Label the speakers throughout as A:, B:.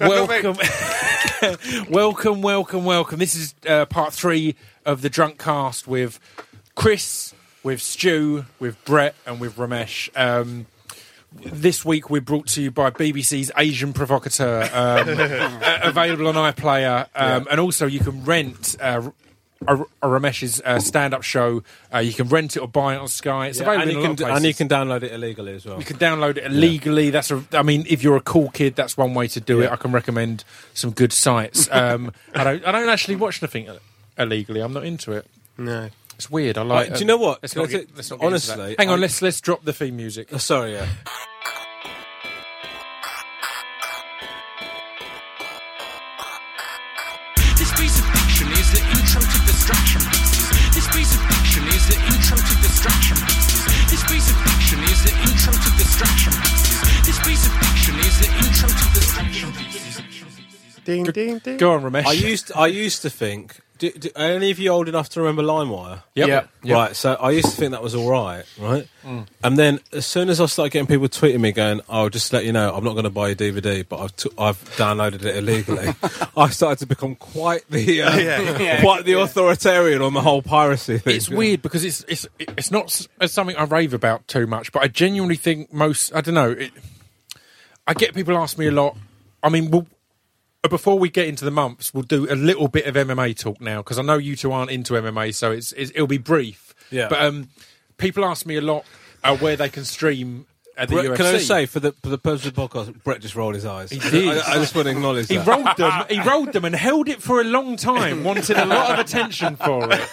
A: Welcome, welcome, welcome, welcome. This is uh, part three of the drunk cast with Chris, with Stu, with Brett, and with Ramesh. Um, this week we're brought to you by BBC's Asian Provocateur, um, uh, available on iPlayer, um, and also you can rent. Uh, R- R- Ramesh's uh, stand-up show. Uh, you can rent it or buy it on Sky. It's available
B: and, you
A: in a
B: can,
A: lot of places.
B: and you can download it illegally as well.
A: You can download it illegally. That's a. I mean, if you're a cool kid, that's one way to do it. I can recommend some good sites. Um, I don't. I don't actually watch nothing ill- illegally. I'm not into it.
B: No.
A: It's weird. I like.
B: Uh, do you know what?
A: Let's
B: Can I
A: not, get,
B: say-
A: let's not get into that.
B: honestly,
A: hang on.
B: I-
A: let's let's drop the theme music.
B: Oh, sorry, yeah.
C: This piece of fiction is the intro to distraction. This piece of fiction is the intro to distraction. This piece of fiction is the intro to distraction. This piece of fiction is the intro to distraction.
D: Ding, ding, ding.
A: Go on, Ramesh.
B: I used I used to think. Do, do, are any of you old enough to remember LimeWire?
A: Yep. Yep. Yep. Mm.
B: Right. So I used to think that was all right, right? And then as soon as I started getting people tweeting me going, "I'll just let you know, I'm not going to buy your DVD, but I've t- I've downloaded it illegally," I started to become quite the uh, quite the authoritarian on the whole piracy thing.
A: it's weird because it's it's it's not s- it's something I rave about too much, but I genuinely think most I don't know. It, I get people ask me a lot. I mean, we'll, before we get into the months, we'll do a little bit of MMA talk now because I know you two aren't into MMA, so it's, it's it'll be brief.
B: Yeah.
A: But um, people ask me a lot uh, where they can stream at the
B: Brett,
A: UFC.
B: can I say, for the for the purpose of the podcast, Brett just rolled his eyes. He
A: did.
B: I, I just want to acknowledge
A: He
B: that.
A: rolled them. He rolled them and held it for a long time, wanted a lot of attention for it.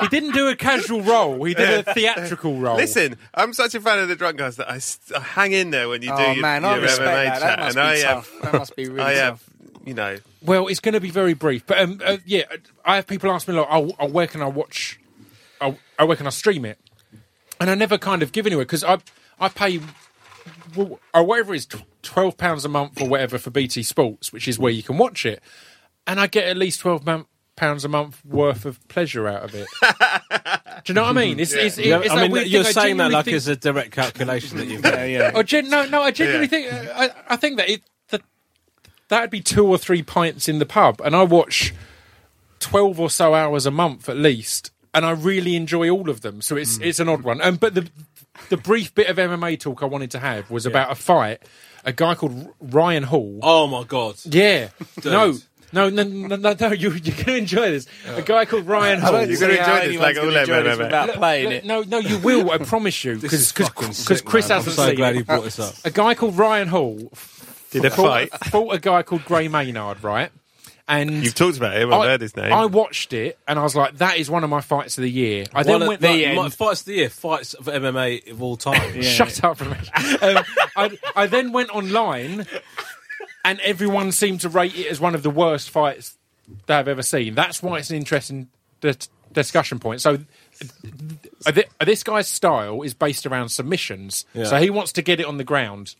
A: He didn't do a casual roll. He did a theatrical roll.
D: Listen, I'm such a fan of the drunk guys that I, st- I hang in there when you do
E: Oh
D: your,
E: man,
D: your
E: I respect
D: MMA chat,
E: that. That
D: and
E: must be
D: I
E: tough.
D: have,
E: That must be really
D: I have,
E: tough.
D: you know,
A: Well, it's going to be very brief, but um, uh, yeah, I have people ask me like, oh, oh, "Where can I watch? Oh, oh, where can I stream it?" And I never kind of give anywhere because I I pay well, or whatever it is tw- twelve pounds a month or whatever for BT Sports, which is where you can watch it, and I get at least twelve mou- pounds a month worth of pleasure out of it. Do you know what I mean? It's, it's, it's,
B: Yeah,
A: it's
B: I
A: that
B: mean,
A: weird
B: you're
A: thing I
B: saying that
A: genuinely
B: like
A: think-
B: it's a direct calculation that you've made.
A: I gen- no, no, I genuinely think I, I think that it that that'd be two or three pints in the pub, and I watch twelve or so hours a month at least, and I really enjoy all of them. So
B: Mm.
A: it's it's an odd one. Um, but the the brief bit of MMA talk I wanted to have was about a fight, a guy called R- Ryan Hall.
B: Oh my god!
A: Yeah, no. No, no, no, no, no, you, you're going to enjoy this. A guy called Ryan
B: Oh,
A: Hall.
D: You're gonna enjoy this like all
E: enjoy
D: MMA.
E: this without playing
A: Look,
E: it.
A: No, no, you will. I promise you,
B: is
A: because
B: fucking
A: because
B: sick,
A: Chris
B: man.
A: hasn't
B: I'm so
A: seen
B: glad
A: it.
B: he brought this up.
A: A guy called Ryan Hall
D: did a
A: fought,
D: fight.
A: fought a guy called Gray Maynard, right? And
D: You've talked about him. I've heard his name.
A: I watched it and I was like, that is one of my fights of the year. I then
B: One
A: went
B: of
A: like,
B: the
E: end.
B: my- fights of the year, fights of MMA of all time.
A: shut up, Ramesh. um, I, I then went online and everyone seemed to rate it as one of the worst fights that I've ever seen. That's why it's an interesting d- discussion point. So. uh, thi- uh, This guy's style is based around submissions,
B: Yeah.
A: so he wants to get it on the ground.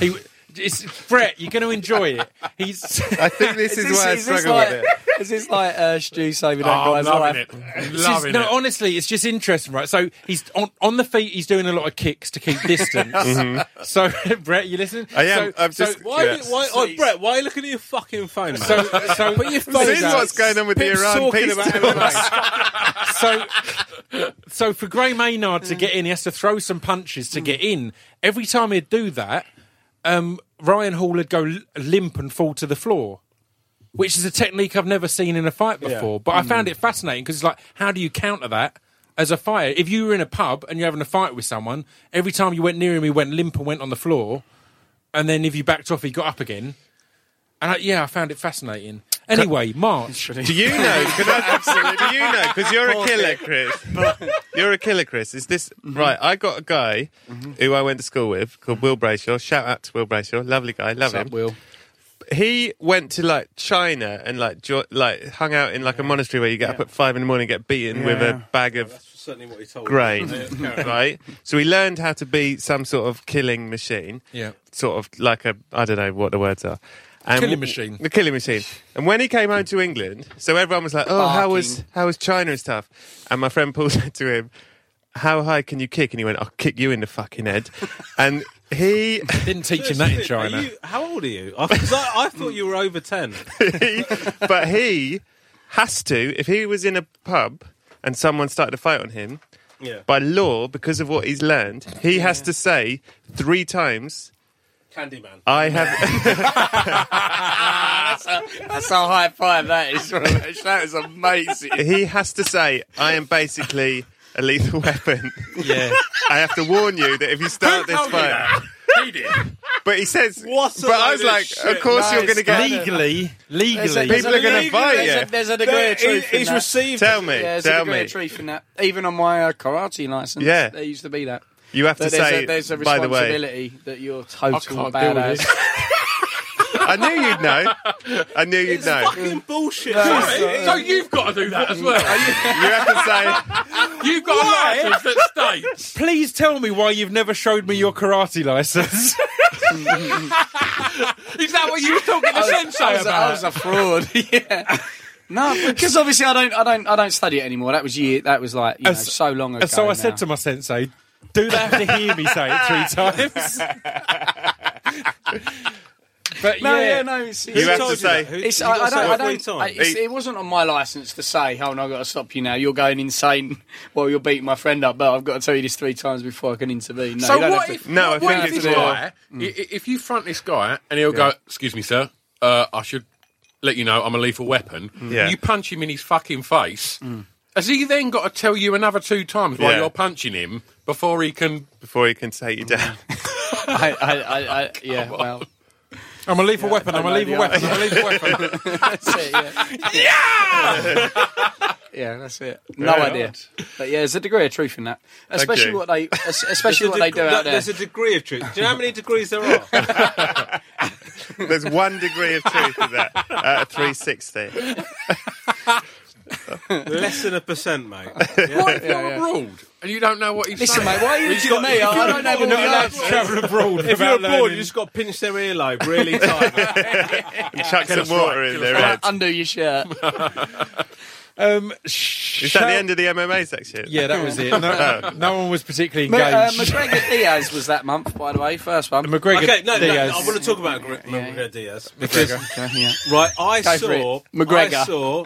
A: He, it's Brett. You're going to enjoy it. He's
D: I think this is, why I struggle
E: like,
D: with it.
E: is this like uh, Stu saving that
A: Oh, I'm
E: guy's
A: loving
E: life?
A: it. It's just- no, honestly, it's just interesting, right? So he's on on the feet. He's doing a lot of kicks to keep distance. Mm-hmm. So Brett, you listen.
D: I am.
A: So,
D: I've
A: so-
D: just-
B: Why,
D: Yeah.
B: why, oh, Brett? Why are you looking at your fucking phone, man?
A: So, so put your
B: phone
D: This is what's going on with the
B: Pip's
D: Iran
B: talking
D: peace.
B: about
D: deal.
A: so, so for Gray Maynard to get in, he has to throw some punches to get in. Every time he'd do that, um, Ryan Hall would go l- limp and fall to the floor, which is a technique I've never seen in a fight before. But I found it fascinating because it's like, how do you counter that? As a fighter, if you were in a pub and you're having a fight with someone, every time you went near him, he went limp and went on the floor. And then if you backed off, he got up again. And I, yeah, I found it fascinating. Anyway, March.
D: Do you know? Can I, absolutely, do you know? Because you're a killer, Chris. You're a killer, Chris. Is this
E: Mm-hmm.
D: right? I got a guy who I went to school with called Will Brayshaw. Shout out to Will Brayshaw, lovely guy, love him.
E: Will.
D: he went to like China and like jo- like hung out in like a monastery where you get up at five in the morning and get beaten with a bag of
B: certainly what he told
D: grain, right? So he learned how to be some sort of killing machine,
A: Yeah.
D: sort of like a I don't know what the words are. And
A: Killing machine.
D: The killing machine. And when he came home to England, so everyone was like, "Oh, how was how was China and stuff?" And my friend Paul said to him, "How high can you kick?" And he went, "I'll kick you in the fucking head." and He
A: Didn't teach him that in China.
B: Are you- how old are you? Because I, I thought you were over 10.
D: he- but he has to if he was in a pub and someone started a fight on him
B: Yeah.
D: by law because of what he's learned he has to say three times
B: Candyman.
D: i have
E: That's a high five. That is. that is amazing.
D: he has to say i am basically a lethal weapon
B: Yeah.
D: i have to warn you that if you start this fight
A: He did.
D: but he says
B: What a
D: but i
B: load
D: was
B: of
D: like
B: shit.
D: of course
E: No,
D: you're going to get
E: it's
A: Legally,
E: There's
A: legally.
E: a- there's
D: People
E: a
D: are gonna
E: legal-
D: fight
E: There's
D: you.
E: a, there's a degree of truth. in
B: he's
E: that.
B: received.
D: tell me
E: Yeah, there's a
D: tell
E: degree
D: me
E: of truth in that. Even on my uh, karate license,
D: Yeah.
E: there used to be that.
D: you have to
E: That there's,
D: say
E: a, there's a
D: by the way
E: responsibility that you're total
F: can't deal with
E: badass.
F: this.
D: i knew you'd know i knew you'd know
B: Fucking bullshit.
F: So you've got to do that as well.
D: you have to say
F: You've got a license that states.
A: Please tell me why you've never showed me your karate license.
F: Is that what you were talking to
E: I
F: Sensei
E: was, a, I
F: about?
E: was a fraud. yeah. No, because obviously I don't, I don't, I don't study it anymore. That was year, that was like you know,
A: As-
E: so long ago.
A: and so I
E: now.
A: said to my sensei, "Do they have to hear me say it three times?" but
E: no,
A: yeah,
E: yeah, no, it's, it's,
D: You have to say-
E: it's, I, I don't, I don't, I,
B: time.
E: it's, it wasn't on my license to say, "Hold on, I've got to stop you now. You're going insane. Well, you're beating my friend up, but I've got to tell you this three times before I can intervene." No, you
F: So
E: don't
F: what
E: have to-
F: if,
D: No, I
F: what
D: think
F: if
D: it's
F: this
D: more-
F: guy, i- i- if you front this guy and he'll go, excuse me, sir, uh, I should let you know I'm a lethal weapon,
D: Yeah.
F: you punch him in his fucking face, has he then got to tell you another two times while
D: Yeah.
F: you're punching him before he can...
D: before he can take you down
E: I, I, I, I, yeah, well,
A: I'm a lethal weapon. I'm a
E: know
A: lethal
E: the
A: weapon. I'm a lethal weapon.
E: that's it. Yeah, yeah, that's it. No idea, but yeah, there's a degree of truth in that, especially
D: you.
E: what they, es- especially what they do out there.
B: There's a degree of truth. Do you know how many degrees there are?
D: There's one degree of truth in that uh, out of 360.
B: Less than a percent, mate.
F: What if you're abroad and you don't know what he's
E: Listen,
F: saying?
E: mate, why are you looking at me? I don't know
B: you're
E: what
B: not
E: you
B: allowed
E: like.
B: to
A: Travel abroad.
B: If you're abroad, you just got to pinch their earlobe really tight.
D: And chuck some water in their head.
E: Undo your shirt.
A: um,
D: Is
A: sh-
D: that the end of the MMA section?
A: yeah, that was it. No, no one was particularly
E: Ma- uh,
A: engaged.
E: McGregor Diaz was that month, by the way, first one.
A: McGregor
B: okay, no, no,
A: Diaz.
B: I want to talk about Gre- Maria Diaz because
E: Okay, yeah.
B: right, I
E: Go for
B: saw
E: it. McGregor.
B: I saw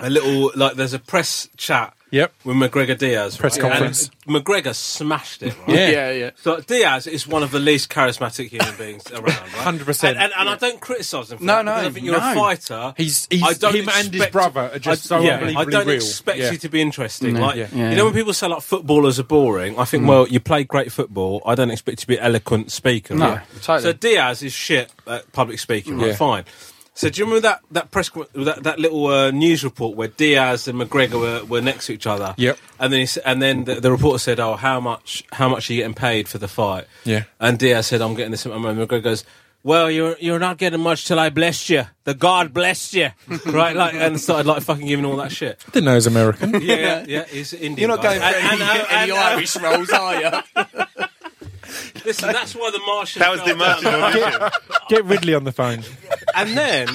B: a little like there's a press chat.
A: Yep.
B: with McGregor Diaz
A: Press
B: right?
A: conference.
B: And McGregor smashed it. Right?
A: Yeah.
E: yeah, yeah.
B: So Diaz is one of the least charismatic human beings around, right?
A: 100%.
B: And, and, and I don't criticise him. For
E: No,
B: that
E: no,
B: because I think you're
E: no.
B: a fighter.
A: He's- he's-
B: I don't
A: him and his
B: expect-
A: brother are just so
B: I
A: unbelievably
B: don't
A: real.
B: expect
A: Yeah.
B: you to be interesting. like
A: yeah.
E: Yeah, Mm.
B: you know,
E: yeah.
B: when people say like footballers are boring, I think well, you play great football. I don't expect you to be an eloquent speaker.
E: No,
B: right?
E: totally.
B: So Diaz is shit at public speaking. Right,
A: Yeah.
B: fine. So do you remember that that press co- that, that little uh, news report where Diaz and McGregor were, were next to each other?
A: Yep.
B: And then he, s- and then the, the reporter said, "Oh, how much how much are you getting paid for the fight?"
A: Yeah.
B: And Diaz said, "I'm getting this." And McGregor goes, "Well, you're you're not getting much till I bless you. The God blessed you, right?" Like and started like fucking giving all that shit.
A: didn't know he was American.
B: Yeah, yeah, yeah. He's Indian.
E: You're not
B: guy.
E: going for any,
B: And- and- and-
E: any Irish roles, are you?
B: and- listen, that's why the Martian.
D: That was
B: fell
D: the
B: down.
D: emotional audition.
A: Get Ridley on the phone.
B: And then,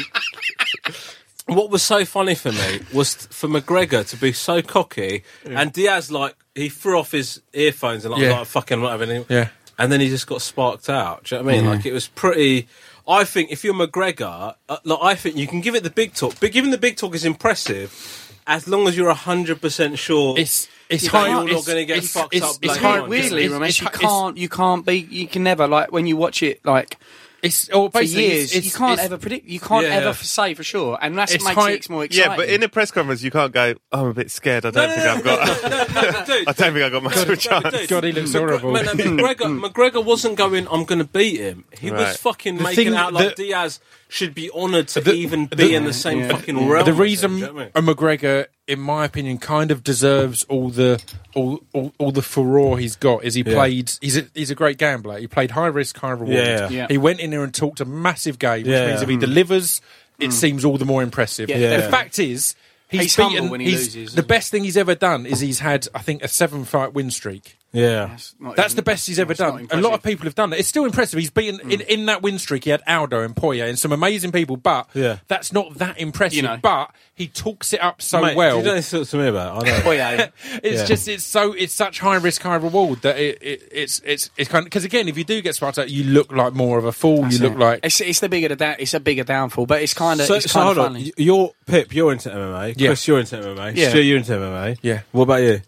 B: what was so funny for me was t- for McGregor to be so cocky, and Diaz like he threw off his earphones and like,
A: Yeah.
B: like fucking whatever. And he-
A: Yeah. Mm-hmm.
B: and then he just got sparked out. Do you know what I mean? Like it was pretty. I think if you're McGregor, uh, like I think you can give it the big talk. But giving the big talk is impressive, as long as you're hundred percent sure
A: It's it's
B: You're
A: high.
B: not
A: it's,
B: gonna get
A: it's,
B: fucked
A: it's,
B: up
A: It's
B: later
A: high.
B: on.
A: it's-
E: Weirdly,
A: it's-
E: Ramesh,
A: "Oh, it's-
E: you
A: it's-
E: can't, you can't be, you can never like when you watch it like
A: It's or
E: for
A: basically,
E: years,
A: it's- it's-
E: you can't
A: it's-
E: ever predict, you can't
B: Yeah.
E: ever f- say for sure, and that's
A: It's
E: makes
A: high-
E: it more exciting.
D: Yeah, but in a press conference, you can't go, oh, I'm a bit scared. I don't
B: No, no,
D: think
B: no,
D: I've got.
B: no, no, dude,
D: I don't think I got much of a chance.
B: dude.
A: God, he looks horrible.
B: Man, McGregor, McGregor wasn't going, I'm going to beat him. He was
D: Right.
B: fucking
A: The
B: making
A: thing
B: out
A: that-
B: like Diaz should be honoured to
A: The-
B: even be
A: the-
B: in the same
E: yeah.
B: fucking realm.
A: the
B: as him,
A: reason
B: do you know what I mean?
A: a McGregor, in my opinion, kind of deserves all the all all, all the furore he's got is he played. He's a, he's a great gambler. He played high risk, high reward.
B: Yeah.
E: Yeah.
A: He went in there and talked a massive game, which
B: Yeah. Mm.
A: means if he delivers, it seems all the more impressive.
E: Yeah, Yeah.
A: The fact is. He's,
E: He's humble
A: beaten,
E: when he
A: he's-
E: loses,
A: The
E: isn't he?
A: best thing he's ever done is he's had, I think, a seven fight win streak.
B: Yeah.
A: That's the best he's ever done. A lot of people have done that. It's still impressive. He's beaten in,
E: Mm.
A: in that win streak. He had Aldo and Poirier and some amazing people, but
B: Yeah.
A: that's not that impressive.
E: You know.
A: But he talks it up so
B: Mate,
A: well.
B: you know this to me about? I know.
E: Oh yeah,
A: It's
B: Yeah.
A: just it's so it's such high risk high reward that it, it it's it's it's kind of because again if you do get sparked out you look like more of a fool you look like
E: it's, it's the bigger the down, it's a bigger downfall, but it's kind of
B: So,
E: it's
B: so
E: kind
B: hold
E: of
B: on.
E: funny.
B: Y- You're Pip. You're into MMA.
A: Yeah.
B: Chris, you're into MMA.
A: Yeah.
B: Stu, you're into MMA.
A: Yeah.
B: What about you?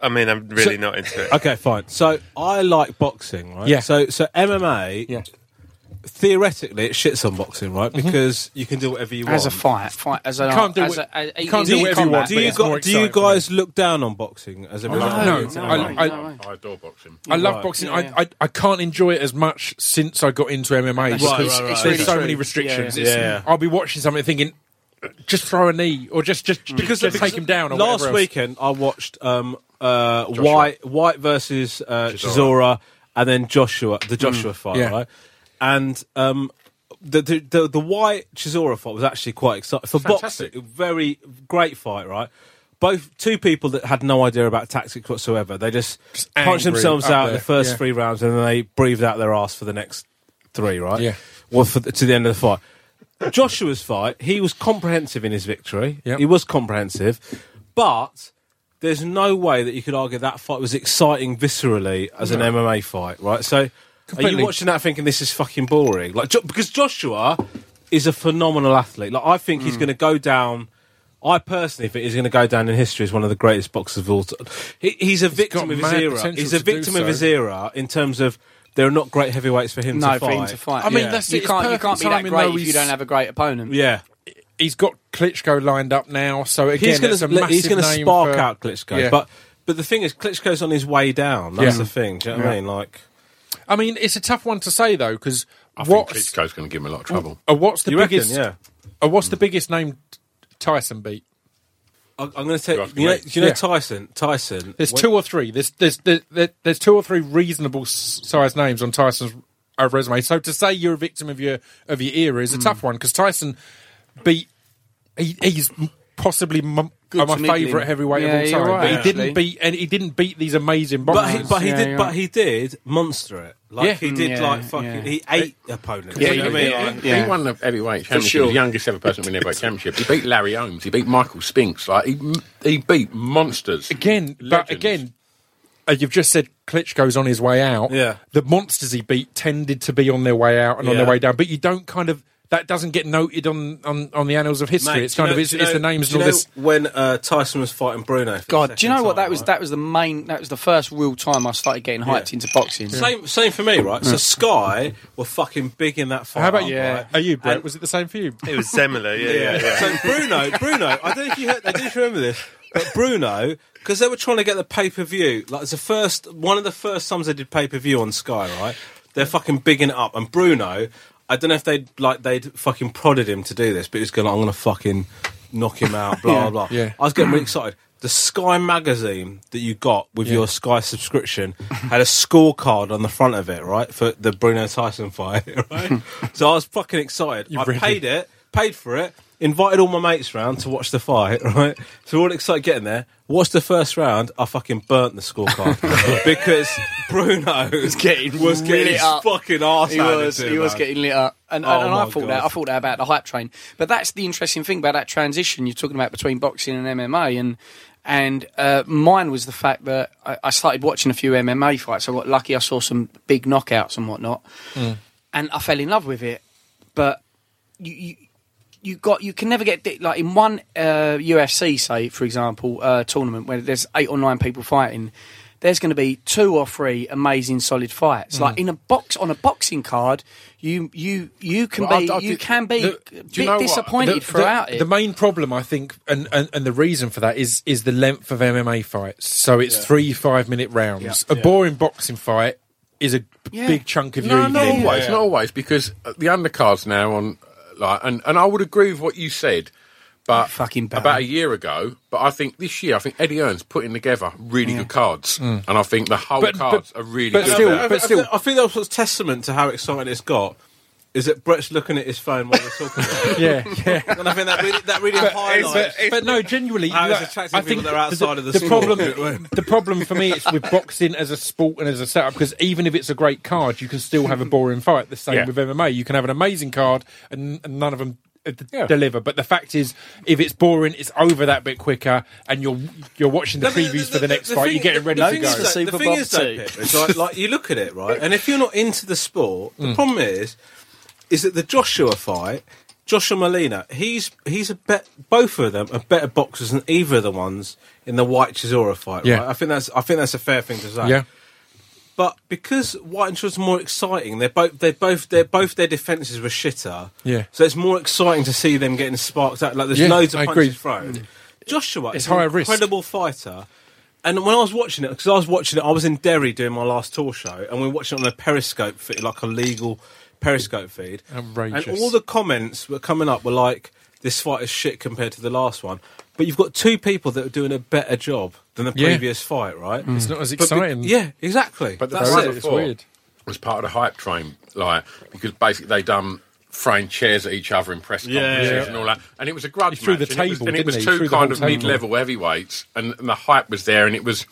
D: I mean, I'm really
B: So-
D: not into it.
B: Okay, fine. So I like boxing, right?
A: Yeah.
B: So so MMA,
A: Yeah. Mm-hmm.
B: theoretically, it shits on boxing, right? Because you can do whatever you
E: as a
B: want.
E: fight, fight as an
A: can't do
E: as
A: it-
E: a, as a-
A: you can't
E: in
A: do whatever you
E: combat,
A: want,
B: do
A: but
B: you
A: it's
B: gu-
A: more
B: do you
A: exciting.
B: guys look down on boxing as a result?
A: no, I,
E: no, no,
A: I,
E: no way.
F: I adore boxing.
A: I love
B: Right.
A: boxing
E: Yeah, yeah.
A: I, I I can't enjoy it as much since I got into MMA because
B: right, right,
A: there's
B: right.
E: It's
A: so
E: true.
A: many restrictions
E: Yeah,
B: yeah.
A: It's-
B: Yeah.
A: I'll be watching something thinking just throw a knee or just just because just take him down or
B: Mm. Last
A: whatever else.
B: weekend, I watched um, uh, White White versus uh, Chisora, and then Joshua, the Joshua fight,
A: Mm. yeah.
B: right? And um, the, the the the White Chisora fight was actually quite exciting for
F: Fantastic.
B: boxing. Very great fight, right? Both two people that had no idea about tactics whatsoever. They just, punched
A: angry,
B: themselves
A: up
B: out in
A: there,
B: the first
A: yeah.
B: three rounds, and then they breathed out their ass for the next three, right?
A: Yeah.
B: Well, for the, to the end of the fight. Joshua's fight, he was comprehensive in his victory.
A: Yep.
B: He was comprehensive, but there's no way that you could argue that fight was exciting viscerally as an MMA fight, right? So, are
A: Completely.
B: you watching that thinking this is fucking boring? Like, jo- because Joshua is a phenomenal athlete. Like, I think
A: Hmm.
B: he's going to go down. I personally think he's going to go down in history as one of the greatest boxers of all time. He, he's a victim
A: got
B: of his
A: mad
B: era.
A: potential
B: He's a
A: to do
B: victim
A: so.
B: of his era in terms of there are not great heavyweights for him
E: No,
B: to
E: for
B: fight.
E: him to fight.
A: I mean,
E: yeah.
A: that's
E: you
A: it's
E: can't you
A: perfect
E: can't be that
A: timing,
E: great
A: though,
E: if you
A: he's-
E: don't have a great opponent.
B: Yeah.
A: he's got Klitschko lined up now so again
B: he's going
A: it's a
B: to he's
A: massive
B: going to
A: name
B: spark
A: for-
B: out Klitschko,
A: Yeah.
B: but but the thing is, Klitschko's on his way down. That's
A: Yeah.
B: the thing. Do you know what I mean? Like,
A: I mean it's a tough one to say though because
F: I
A: what
F: think Klitschko's going to give him a lot of trouble.
A: uh, what's the
B: you reckon?
A: biggest
B: Yeah.
A: uh, what's
F: Mm.
A: the biggest name Tyson beat
B: I- I'm going to
F: You're
B: take
F: asking
B: you know,
F: me.
B: you know
A: Yeah.
B: Tyson. Tyson.
A: There's
B: when-
A: two or three. There's there's there, there- there's two or three reasonable s- size names on Tyson's uh, resume. So to say you're a victim of your of your era
B: Hmm.
A: is a tough one because Tyson beat he, he's m- possibly m-
E: Good
A: uh, my
E: to meet
A: favourite
E: him.
A: heavyweight
E: Yeah,
A: of all
E: you're
A: time.
E: right,
A: but he
E: actually.
A: didn't beat and he didn't beat these amazing
B: But he,
A: boxers.
B: but he
E: Yeah,
B: did.
E: you're
B: But
E: right.
B: he did monster it. Like
A: Yeah.
B: he did.
E: Yeah,
B: like fucking.
E: yeah.
B: He ate opponents.
F: Yeah,
B: you know what I mean? Like,
F: he,
E: yeah.
F: he won the heavyweight championship.
E: sure.
F: He's the youngest ever person to win the heavyweight championship. He beat Larry Holmes. He beat Michael Spinks. Like he, he beat monsters
A: again, but
F: Legends.
A: again. Uh, you've just said Klitschko's on his way out.
B: Yeah.
A: The monsters he beat tended to be on their way out and on their
B: Yeah.
A: way down. But you don't kind of that doesn't get noted on on, on the annals of history.
B: mate,
A: it's
B: do you
A: kind of
B: know-
A: it's,
B: do you
A: it's the
B: know-
A: names
B: do
A: and
B: you
A: all
B: know
A: this.
B: When uh, Tyson was fighting Bruno. for the
E: God, Oh, do you know
B: second
E: what?
B: time,
E: That was
B: right?
E: that was the main. That was the first real time I started getting hyped into boxing.
B: Same, same for me, right? So Sky were fucking big in that fight.
A: How about you?
B: right?
A: Are you, Brett?
B: And-
A: was it the same for you?
D: It was similar, yeah, yeah. yeah.
B: So Bruno, Bruno, I don't know if you heard, I don't know if you remember this, but Bruno, because they were trying to get the pay per view, like it's the first one of the first times they did pay per view on Sky, right? They're fucking bigging it up, and Bruno, I don't know if they'd like they'd fucking prodded him to do this, but he was going, I'm going to fucking knock him out, blah blah blah.
A: yeah.
B: I was getting really excited. The Sky magazine that you got with your Sky subscription had a scorecard on the front of it, right, for the Bruno Tyson fight, right? so I was fucking excited. I
A: really-
B: paid it, paid for it, invited all my mates round to watch the fight, right? So we're all excited getting there. Watched the first round, I fucking burnt the scorecard because Bruno was
E: getting
B: was getting
E: lit
B: his
E: up.
B: fucking arse
E: He
B: handed
E: was,
B: to him,
E: he was
B: man.
E: getting lit up, and,
B: Oh
E: and I
B: my
E: thought
B: God.
E: that I thought that about the hype train. But that's the interesting thing about that transition you're talking about between boxing and MMA, and and uh, mine was the fact that I, I started watching a few MMA fights. I got lucky; I saw some big knockouts and whatnot,
B: Mm.
E: and I fell in love with it. But you, you you got you can never get di- like in one uh, UFC say for example uh, tournament where there's eight or nine people fighting. There's going to be two or three amazing solid fights. Like in a box on a boxing card, you you you can
F: Well, I-
E: be
F: I
E: you
F: did-
E: can be
F: the-
E: a
F: do you
E: bit
F: know what?
E: disappointed
A: The- the-
E: throughout
A: the,
E: it.
A: main problem, I think, and, and, and the reason for that is is the length of MMA fights. So it's three five minute rounds. A boring boxing fight is a b-
E: Yeah.
A: big chunk of your
F: No,
A: evening.
F: not always, not always, because uh, the undercards now on uh, like, and, and I would agree with what you said, but
E: Fucking bad.
F: about a year ago. But I think this year, I think Eddie Earn's putting together really good cards, and I think the
A: Mm.
F: whole
A: But- but-
F: cards are really
A: but
F: good.
A: still-
F: now.
A: but still-
B: I think that was a testament to how exciting it's got. is that Brett's looking at his phone while we're talking about it.
A: yeah, yeah.
B: And I think that really, that really highlights.
A: but no, genuinely,
B: How it's
A: like,
B: attracting people that are outside of the sport.
A: problem. the problem for me is with boxing as a sport and as a setup because even if it's a great card, you can still have a boring fight. The same
D: Yeah.
A: with MMA, you can have an amazing card and, and none of them. uh, d- Deliver, but the fact is, if it's boring, it's over that bit quicker, and you're you're watching the
B: No, but
A: previews for the next fight.
B: thing-
A: You're getting ready
B: the
A: to
B: thing
A: go.
B: is that-
E: Super
B: the
E: Bowl
B: thing is, though,
E: too.
B: Pip, it's like, like you look at it right, and if you're not into the sport,
A: Hmm.
B: the problem is, is that the Joshua fight, Joshua Molina, he's he's a bet. Both of them are better boxers than either of the ones in the White Chisora fight.
A: Yeah.
B: Right? I think that's I think that's a fair thing to say.
A: yeah,
B: But because White and Short's more exciting, they're both they're both they're both their defences were shitter.
A: Yeah.
B: So it's more exciting to see them getting sparked out. Like there's
A: Yeah,
B: loads of
A: I agree. Mm.
B: punches thrown. Joshua
A: It's
B: is an
A: higher risk.
B: incredible fighter. And when I was watching it, because I was watching it, I was in Derry doing my last tour show, and we were watching it on a Periscope feed, like a legal Periscope feed.
A: Outrageous.
B: And all the comments were coming up were like, "This fight is shit compared to the last one." But you've got two people that are doing a better job than the
A: Yeah. Mm.
B: previous fight, right?
A: it's not as
B: But be-
A: exciting.
B: yeah, exactly.
F: But the
B: That's
F: one
B: it.
A: It's
F: before
A: weird.
F: was part of the hype train, like because basically they done throwing chairs at each other in press
B: Yeah,
F: conferences
B: yeah.
F: and all that, and it was a grudge
A: He threw
F: match,
A: the
F: and it was-
A: table,
F: and it
A: didn't
F: was,
A: he? He
F: two
A: threw the
F: kind
A: whole
F: of
A: table.
F: mid-level heavyweights, and, and the hype was there, and it was,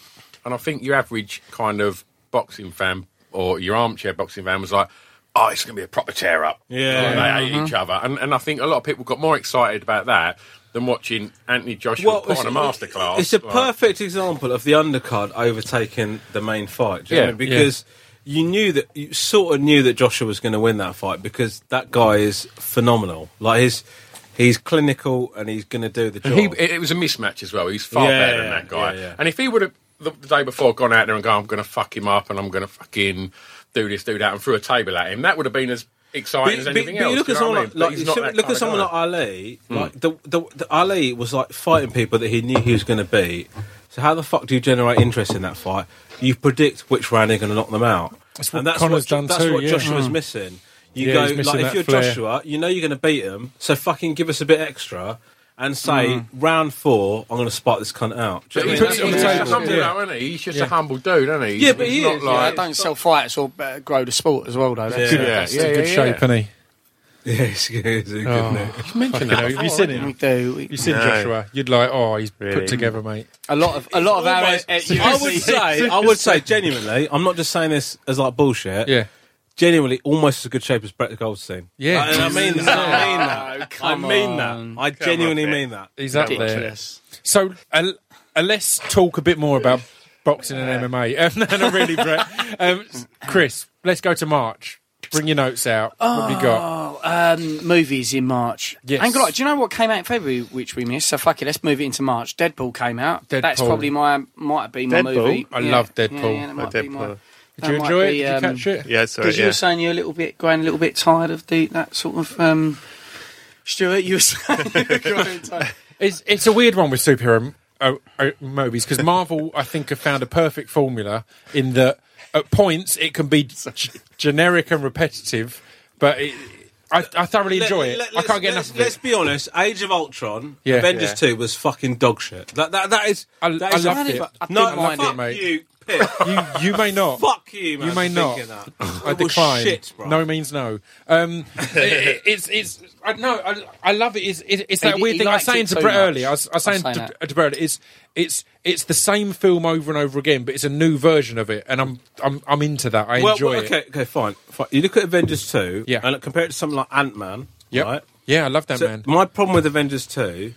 F: and I think your average kind of boxing fan or your armchair boxing fan was like. Oh, it's going to be a proper tear up.
B: Yeah. Mm-hmm.
F: And they hated each other, and, and I think a lot of people got more excited about that than watching Anthony Joshua put on a masterclass.
B: It's a
F: Like,
B: perfect example of the undercard overtaking the main fight. Do you know
F: Yeah,
B: what I mean? Because you knew that you sort of knew that Joshua was going to win that fight because that guy is phenomenal. Like he's he's clinical and he's going to do the job.
F: He, it, it was a mismatch as well. He's far
B: Yeah,
F: better than
B: yeah,
F: that guy.
B: yeah, yeah.
F: And if he would have the, the day before gone out there and gone, I'm going to fuck him up and I'm going to fucking do this, do that, and threw a table at him, that would have been as exciting as anything else.
B: you look
F: do
B: at
F: you know
B: someone
F: what
B: like,
F: I mean?
B: like
F: But he's
B: you
F: not
B: see-
F: that
B: look
F: kind
B: at
F: of
B: someone
F: guy. Hmm.
B: like Ali. Like the, the, the Ali was like fighting people that he knew he was going to beat. So how the fuck do you generate interest in that fight? You predict which round you're going to knock them out.
A: That's what
B: and that's
A: Connor's
B: what, Jo-
A: done
B: That's
A: too,
B: what
A: yeah. Hmm.
B: Joshua's missing. You
A: Yeah, he's
B: go
A: missing
B: like if
A: that
B: you're
A: flair.
B: Joshua, you know you're going to beat him. So fucking give us a bit extra and say
A: Hmm.
B: round four, I'm going to spike this cunt out. Do you
F: But
B: know
F: he's,
B: what I
A: puts
B: mean?
A: it on the
F: he's just a
A: table,
F: humble,
A: yeah.
F: though, isn't he? He's just
A: Yeah.
F: a humble dude, isn't he?
B: Yeah, but
F: He's
B: he
F: not
B: is,
E: I
F: like-
E: don't sell fighters or uh, grow the sport as well, though. That's
B: Yeah.
E: yeah.
F: Yeah,
A: He's in good shape, isn't he?
B: Yeah, it's good, it's good,
A: Oh.
B: isn't it?
A: Fucking hell, Have you seen him?
E: We do. We-
A: You seen
D: No.
A: Joshua? You'd like, oh, he's
D: Really?
A: put together, mate.
E: A lot of a lot of our.
B: Almost- I would say, I would say genuinely, I'm not just saying this as like bullshit.
A: Yeah.
B: genuinely almost as good shape as Brett Goldstein.
A: Yeah.
B: and I mean that. I mean that. I
E: Oh, come
B: mean
E: on.
B: that. I genuinely mean that.
A: He's up there. So, uh, uh, let's talk a bit more about boxing and MMA. Um, no, not really, Brett. Um, Chris, let's go to March. Bring your notes out. What have you got?
E: um, movies in March.
A: Yes.
E: And God, do you know what came out in February, which we missed? So fuck it, let's move it into March. Deadpool came out. That's
A: Deadpool.
E: probably my might be my
D: Deadpool?
E: movie.
A: I love
E: Yeah,
A: Deadpool.
E: yeah, that might
D: Oh,
E: be my-
D: Deadpool.
A: Did you
E: that
A: enjoy
E: might
A: it?
E: be,
A: Did you
E: um,
A: catch it?
D: Yeah, sorry.
E: Because you
D: yeah.
E: were saying you're a little bit going a little bit tired of the that sort of um Stuart, you were saying you were growing tired.
A: It's, it's a weird one with superhero uh, uh, movies because Marvel, I think, have found a perfect formula in that at points it can be g- generic and repetitive, but it, I, I thoroughly enjoy it. I can't get enough
B: let's,
A: of
B: Let's
A: it.
B: be honest. Age of Ultron,
A: Yeah.
B: Avengers
A: Yeah.
B: Two was fucking dog shit. That that, that is.
A: I-
B: that
A: I
B: is a
A: loved
B: fu-
A: it.
E: I
B: No,
E: didn't mind
B: fuck
A: it, mate.
B: You, Pip.
A: You, you may not.
B: fuck you, man.
A: You may
B: for
A: not.
B: thinking that.
A: I
B: It was
A: decline.
B: Shit, bro.
A: No means no. Um, i- i- it's it's I no I, I love it. It's, it's, it's that
E: He-
A: weird
E: he
A: thing. I was
E: likes
A: saying
E: it
A: to
E: too
A: Brett
E: much.
A: earlier. I was, I was
E: I
A: saying
E: say
A: to,
E: that.
A: to Brett, it's it's it's the same film over and over again, but it's a new version of it, and I'm I'm I'm into that. I
B: well,
A: enjoy
B: well,
A: it.
B: okay, okay, fine, fine. You look at Avengers Two,
A: Yeah.
B: and look, compare it to something like Ant Man,
A: Yep.
B: right?
A: Yeah, I love that
B: So
A: man.
B: My problem with Avengers 2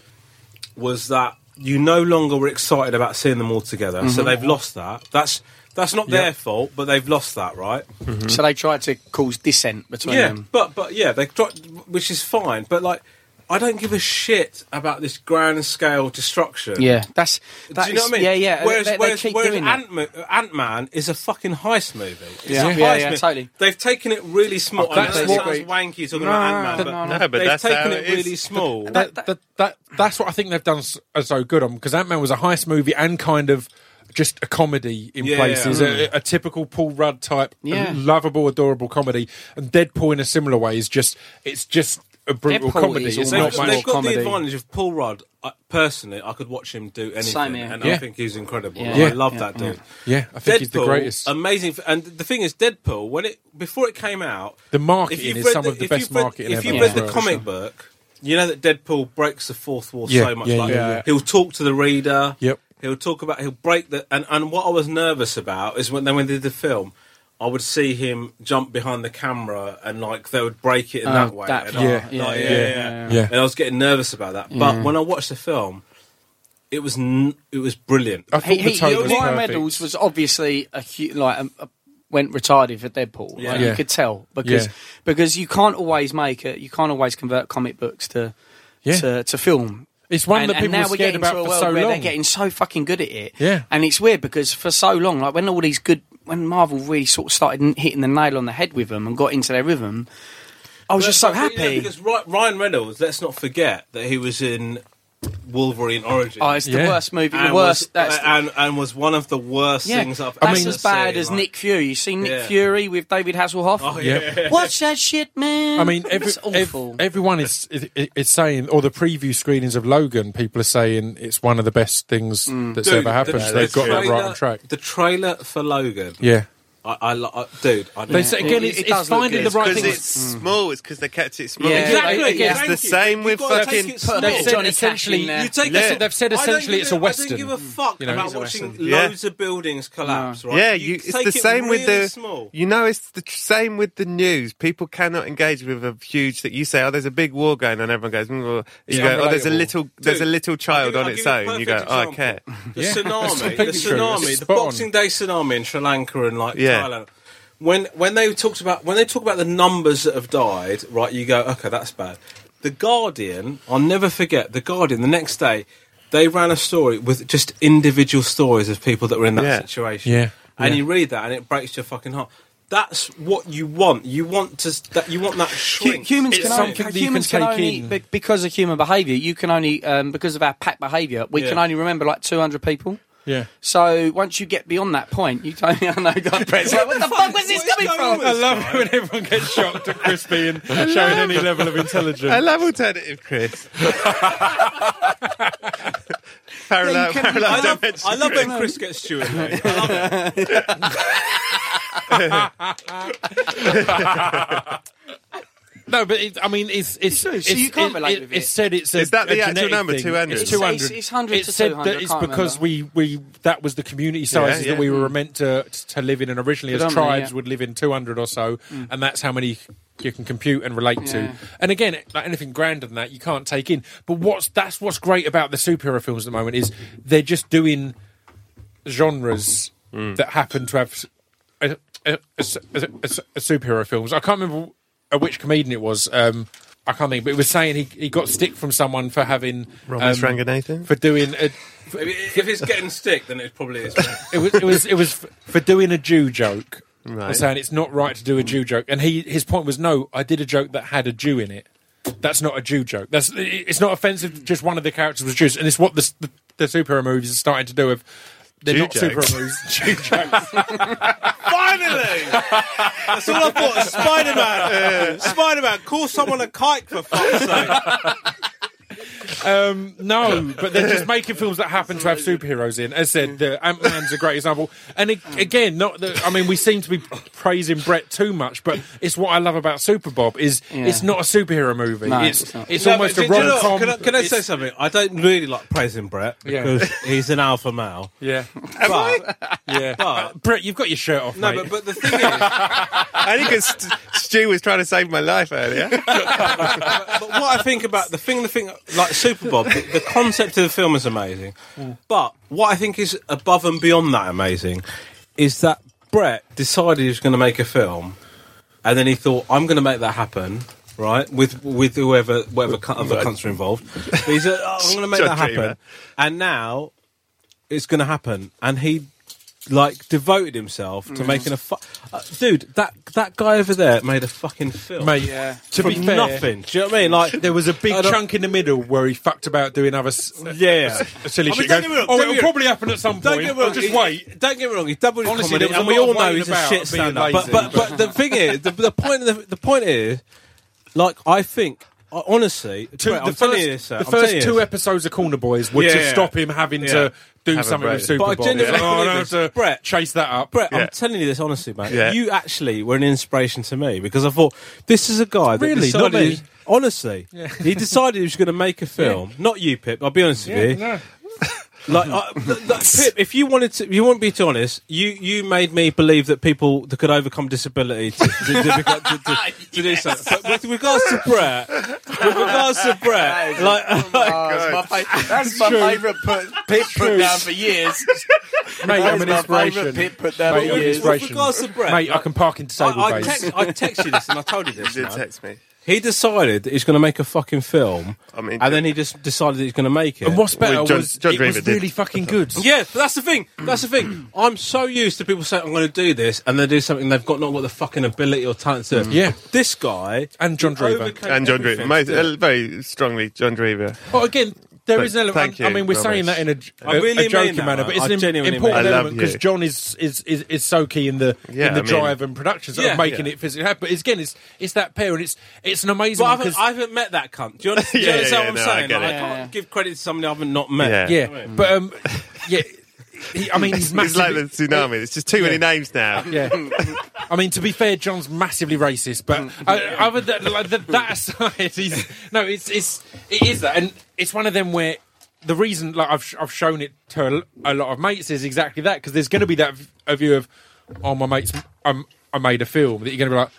B: was that you no longer were excited about seeing them all together, so they've lost that. That's that's not their fault, but they've lost that, right?
E: So they tried to cause dissent between
B: Yeah,
E: them.
B: but but yeah, they dropped, which is fine. But like, I don't give a shit about this grand scale destruction.
E: Yeah, that's. that's
B: Do you know what I mean?
E: Yeah, yeah.
B: Whereas,
E: they, they
B: whereas,
E: keep
B: whereas
E: doing it.
B: Ant, Mo- Ant Man is a fucking heist movie. It's
E: Yeah.
B: a
E: Yeah,
B: heist
E: yeah,
B: movie.
E: totally.
B: They've taken it really small. I know
A: That's
B: that
A: what-
B: sounds wanky talking about Ant Man,
E: no,
B: but,
E: no,
D: no, but
B: they've
D: that's
B: taken
D: how
B: it
D: it is.
B: really small.
A: that, that, that, that's what I think they've done so, so good on because Ant Man was a heist movie and kind of just a comedy in
B: Yeah.
A: places, a, a typical Paul Rudd type,
E: Yeah.
A: lovable, adorable comedy. And Deadpool in a similar way is just it's just a brutal
E: Deadpool
A: comedy.
E: is
A: It's
E: almost
A: not
B: They've, they've
E: much more
A: much.
B: got
E: comedy.
B: the advantage of Paul Rudd. I, personally, I could watch him do anything,
E: Same here.
B: and
A: Yeah.
B: I think he's incredible.
E: Yeah.
B: Like, I
A: Yeah.
B: love
E: Yeah.
B: that dude.
A: Yeah, I think
B: Deadpool,
A: he's the greatest.
B: Amazing, f- and the thing is, Deadpool when it before it came out,
A: The
B: if
A: marketing
B: you've
A: is
B: read
A: some of the
B: if
A: best
B: you've read-
A: marketing
B: If
A: ever
B: you
A: as
B: read the
A: well.
B: comic book, you know that Deadpool breaks the fourth wall
A: Yeah,
B: so much.
A: yeah,
B: like,
A: yeah, yeah.
B: He'll talk to the reader.
A: Yep.
B: He'll talk about. He'll break the. And, and what I was nervous about is when then when they did the film. I would see him jump behind the camera and like they would break it in
E: Oh,
B: that way.
E: that-
B: and
E: yeah,
B: I-
E: yeah,
B: like,
E: yeah,
A: yeah. Yeah. Mm.
B: And I was getting nervous about that. But when I watched the film, it was n- it was brilliant.
A: I thought
E: He,
A: the
E: he,
A: tone was
E: Ryan
A: perfect.
E: Reynolds was obviously a hu- like a, a, went retarded for Deadpool. Like,
B: Yeah.
A: Yeah.
E: You could tell because
A: Yeah.
E: because you can't always make it. You can't always convert comic books to
A: Yeah.
E: to, to film.
A: It's one
E: and,
A: that people
E: and now
A: were
E: we're
A: scared
E: getting
A: about
E: to a
A: for
E: world
A: so
E: where
A: long.
E: they're getting so fucking good at it.
A: Yeah.
E: and it's weird because for so long, like when all these good, when Marvel really sort of started n- hitting the nail on the head with them and got into their rhythm, I was just so
B: But, you know,
E: happy.
B: because Ry- Ryan Reynolds, let's not forget that he was in Wolverine Origin.
E: Oh, it's the
A: Yeah.
E: worst movie. The
B: and
E: worst.
B: Was, uh,
E: that's
B: and, and was one of the worst
E: yeah,
B: things I've
E: that's
B: ever
E: as bad
B: seen,
E: as
B: like-
E: Nick Fury. You see Nick
B: Yeah.
E: Fury with David Hasselhoff.
B: Oh, yeah.
A: Yep.
E: Watch that shit, man.
A: I mean, every,
E: it's
A: ev-
E: awful.
A: everyone is, is, is saying, or the preview screenings of Logan, people are saying it's one of the best things Mm. that's
B: Dude,
A: ever happened.
B: the-
A: They've
B: the
A: got that right
B: trailer-
A: on track.
B: The trailer for Logan.
A: Yeah.
B: I, I, lo- I dude, I
A: They say, again,
E: It-
A: it's,
E: it
A: it's
E: does look
A: finding
E: good.
A: the right
D: Because
A: thing.
D: it's small. It's because they kept it small.
E: Yeah.
B: Exactly.
E: They- yeah.
B: thank
D: It's the
B: you.
D: same with
B: You've gotta take
D: fucking-
B: it slow.
E: They've said
B: Johnny
E: essentially-
B: Cash in there.
E: you
A: take- Yeah. they've said
B: I don't
A: essentially it's
B: give
A: a
B: I don't give a
A: Western.
B: fuck
A: You know,
B: about
A: it's a
B: watching
E: Western.
D: Yeah.
B: loads of buildings collapse, right?
D: Yeah, you, it's
B: take
D: the
B: it
D: same with
B: really
D: the.
B: small.
D: You know, it's the tr- same with the news. People cannot engage with a huge that you say. Oh, there's a big war going on. Everyone goes. Mm, well," you go. Oh, there's a
A: unrelatable.
D: little. there's a
B: Dude,
D: little child
B: I'll
D: on
B: give
D: its
B: you- I'll
D: own. You
B: give you a
D: go.
B: perfect
D: Oh, I care.
B: example. The
A: Yeah, that's
B: tsunami, the
A: completely true. It's
B: tsunami, the
A: spot on.
B: Boxing Day tsunami in Sri Lanka and like
D: Yeah.
B: Thailand. When when they talked about when they talk about the numbers that have died, right? You go, okay, that's bad. The Guardian, I'll never forget. The Guardian, the next day, they ran a story with just individual stories of people that were in that
D: Yeah.
B: situation.
A: Yeah,
B: and
A: yeah.
B: you read that and it breaks your fucking heart. That's what you want. You want to s- that you want that
E: Hu-
B: shrink.
E: humans
A: It's
E: can only,
A: something that you
E: humans
A: can
E: can,
A: take
E: only
A: in.
E: be- because of human behaviour. You can only um, because of our pack behaviour. We
B: Yeah.
E: can only remember like two hundred people.
A: Yeah.
E: So once you get beyond that point, you don't. I know. God, Brett's like, what the fuck was this coming from?
A: I love it when everyone gets shocked at Crispy and showing any level of
D: I
A: intelligence.
D: love alternative, Chris.
E: Yeah,
D: parallel,
E: you can-
D: parallel
B: I love,
D: dimension.
B: I love when Chris gets Stewart. mate. I love it.
A: No, but it, I mean, it's it's
E: So you
A: it's,
E: can't
A: it,
E: relate
A: it,
E: with
A: it's
E: it.
A: said it's a,
D: Is that the
A: a
D: actual
A: genetic
D: number,
A: thing.
D: 200?
A: It's
D: It's-
A: two hundred.
E: it's- it's 100
A: It
E: to
A: said
E: 200,
A: that it's
E: can't
A: because we we that was the community sizes
D: yeah.
A: that we were meant to to live in, and originally as
E: Predominantly,
A: tribes
E: yeah.
A: would live in two hundred or so, and that's how many you can compute and relate
E: Yeah.
A: to. And again, it- like anything grander than that, you can't take in. But what's that's what's great about the superhero films at the moment is they're just doing genres
D: Mm.
A: that happen to have s- a, a- a s- a- a- a superhero films. I can't remember uh, which comedian it was. Um, I can't think, but it was saying he, he got stick from someone for having um,
D: Robin Ranganathan?
A: for doing a, for-
B: If if it's getting stick, then it probably is. mate.
A: it was it was it was f- for doing a Jew joke.
D: Right.
A: Or Saying it's not right to do a Jew joke, and he his point was no, I did a joke that had a Jew in it. That's not a Jew joke. That's it's not offensive. Just one of the characters was Jews, and it's what the s- the, the superhero movies are starting to do. Of they're
D: Jew
A: not
D: jokes.
A: superhero movies, Jew jokes.
B: Finally, that's all I thought. Spider Man, Spider Man, call someone a kike for fuck's sake.
A: Um, no, but they're just making films that happen to have superheroes in. As said,
B: Mm.
A: the Ant Man's a great example. And it, again, not that I mean, we seem to be praising Brett too much, but it's what I love about Super Bob is
E: Yeah.
A: it's not a superhero movie.
E: No,
A: it's
E: it's
A: it's,
E: not.
B: No,
A: almost
B: but
A: a
B: do you know
A: rom com.
B: what? Can I, can I say something? I don't really like praising Brett
A: Yeah.
B: because he's an alpha male.
A: Yeah,
B: But,
A: yeah.
B: but
A: Brett, you've got your shirt off,
B: no,
A: mate.
B: but, but the thing is.
D: I think it's St- Stu was trying to save my life earlier.
B: but but what I think about the thing, the thing, like Super Bob, the, the concept of the film is amazing. But what I think is above and beyond that amazing is that Brett decided he was going to make a film, and then he thought, "I'm going to make that happen." Right with with whoever whatever cut other cunts are involved, But he said, "Oh, I'm going to make
D: John
B: that happen,
D: Dreamer.
B: and now it's going to happen. And he like devoted himself to making a fu- uh, dude. That that guy over there made a fucking film,
A: Mate,
E: Yeah.
A: to
B: from
A: be fair,
B: nothing. Do you know what I mean? Like
A: there was a big
B: I don't-
A: chunk in the middle where he fucked about doing other s-
B: Yeah.
A: silly
B: I mean,
A: shit. going,
B: don't get me wrong,
A: oh,
B: don't
A: it'll
B: get-
A: probably happen at some
B: Don't
A: point.
B: get me wrong.
A: Just
B: he-
A: wait.
B: Don't get me wrong. He doubled his
A: Honestly,
B: comedy,
A: there was a
B: and we
A: lot
B: all
A: of
B: know
A: worrying
B: he's a
A: about
B: shit
A: being
B: stand-up.
A: lazy.
B: But, but, but the thing is, the, the point of the, the point is, like, I think I, honestly,
A: Two-
B: Brett,
A: the
B: I'm telling
A: first,
B: you this. uh,
A: the
B: I'm
A: first
B: telling you
A: two
B: this.
A: episodes of Corner Boys were to
B: Yeah.
A: stop him having
B: Yeah.
A: to do
D: Have a
A: something with
D: break.
A: Super
B: But I
A: Bowl.
B: genuinely
A: Oh, I
B: believe
A: don't
B: this.
A: have to
B: Brett.
A: chase that up.
B: Brett,
D: Yeah.
B: I'm telling you this honestly, mate.
D: Yeah.
B: You actually were an inspiration to me because I thought this is a guy that
A: Really? Not
B: decided.
A: me?
B: Honestly, he decided he was going to make a film. Not you, Pip. I'll be honest with you. Like I, th- th- Pip, if you wanted to, if you want to be too honest. You you made me believe that people that could overcome disability to, to, to, beco- to, to, to do something. But with regards to Brett, with regards to Brett, like
D: God.
E: my fa- that's my favourite put, pit put down for years.
A: Mate,
E: That
A: I'm
E: is
A: an
E: my favourite
A: inspiration.
E: pit put down
A: Mate,
E: for
A: I'm an
B: with
E: years.
A: inspiration.
B: regards to Brett,
A: Mate, I can park in
B: I,
A: disabled
B: I,
A: bays.
B: text, I text you this and I told you this.
D: Did
B: man.
D: text me.
B: He decided that he's going to make a fucking film,
D: I mean,
B: and then he just decided that he's going to make it.
A: And what's better
D: John-
A: was
D: John
A: it was
D: Dreamer did.
A: really fucking good.
B: yeah, but that's the thing. That's the thing. I'm so used to people saying I'm going to do this, and they do something they've got not got the fucking ability or talent to. do.
A: Mm. Yeah.
B: this guy
A: And John Dreamer.
B: overcame
D: And John Dreamer.
B: everything.
D: Most, uh, very strongly, John Dreamer.
A: But again, there
D: But
A: is an element.
D: thank
A: I mean,
D: you,
A: we're saying that
D: Ramesh.
A: in a,
B: I
A: a-
B: really
A: a joking
B: mean that,
A: manner,
B: man.
A: but it's
B: I
A: an im-
B: genuinely mean
A: important
D: that. I love
A: element because
D: you.
A: John is, is is is so key in the
D: Yeah,
A: in the
D: I mean-
A: drive and production
B: Yeah.
A: of making
B: Yeah.
A: it physically happen. But it's- again, it's it's that pair, and it's it's an amazing.
B: But I
A: one
B: haven't,
A: 'cause-
B: I haven't met that cunt. Do you understand
D: Yeah,
B: yeah, yeah,
D: yeah,
B: what I'm
D: no, I
B: saying?
D: get
B: Like, I,
D: it.
B: can't give credit to somebody I haven't not met.
D: Yeah.
A: yeah, but um, yeah, he, I mean, he's
D: It's like
A: massively.
D: the tsunami. It's just too many names now.
A: yeah, I mean to be fair, John's massively racist,
B: Mm.
A: but uh, other than like, that, that aside, he's no, it's it's it is that, and it's one of them where the reason like I've sh- I've shown it to a l- a lot of mates is exactly that because there's going to be that v- a view of oh my mates, i I made a film that you're going to be like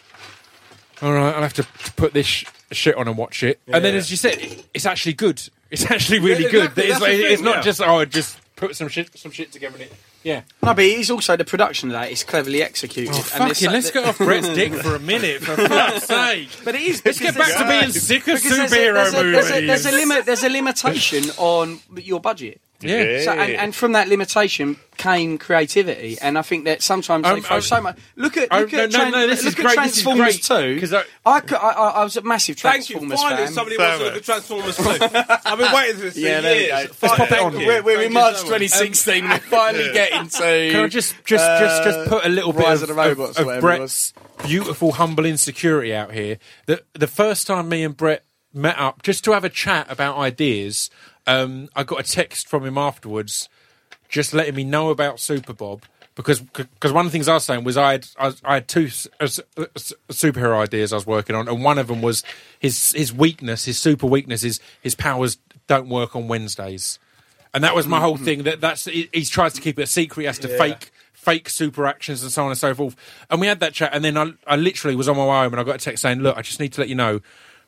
A: all right, I'll have to to put this sh- shit on and watch it. And then,
B: Yeah.
A: as you said, it- it's actually good. It's actually really
B: exactly,
A: good. It's,
B: that's the
A: it's
B: thing,
A: not
B: yeah.
A: just oh, I just put some shit some shit together and it. Yeah,
E: No, but it is also the production of that. It's cleverly executed. and
A: fucking.
E: there's so-
A: Oh, let's get off Brett's dick for a minute, for fuck's sake.
E: But it is.
A: Let's
E: because
A: get back
E: there's-
A: to being sick of
E: because there's a-
A: superhero
E: there's a-
A: movies.
E: There's a, there's a limit. There's a limitation on your budget.
A: yeah.
E: So, and, and from that limitation came creativity, and I think that sometimes they
A: Um,
E: throw
A: um,
E: so much. Look at
A: um,
E: look at,
A: no, no,
E: Tran-
A: no, this is
E: look at
A: great, this is
E: Transformers
A: great,
E: Two.
A: 'cause I-
E: I, cou- I, I- I was a massive
B: Thank you.
E: Transformers
B: Finally,
E: fan.
B: somebody wants to look at Transformers. too. I've been waiting for this for
E: Yeah, there you
B: years.
E: go.
B: Finally,
A: pop it
B: thank
A: on.
B: you.
E: We're, we're in
B: Thank you
E: March
B: so much.
E: 2016.
A: Um,
E: we're finally getting to.
A: Can I just just just just put a little bit
E: Rise
A: of,
E: of the Robots,
A: of- of
E: whatever it
A: Brett's beautiful humble insecurity out here? The the first time me and Brett met up just to have a chat about ideas, um, I got a text from him afterwards, just letting me know about Super Bob. Because, because one of the things I was saying was I had I, I had two s- uh, s- uh, s- superhero ideas I was working on, and one of them was his his weakness, his super weakness is his powers don't work on Wednesdays and that was my
B: Mm-hmm.
A: whole thing. That that's he, he tries to keep it a secret. He has to fake fake super actions and so on and so forth. And we had that chat, and then I, I literally was on my way home, and I got a text saying, "Look, I just need to let you know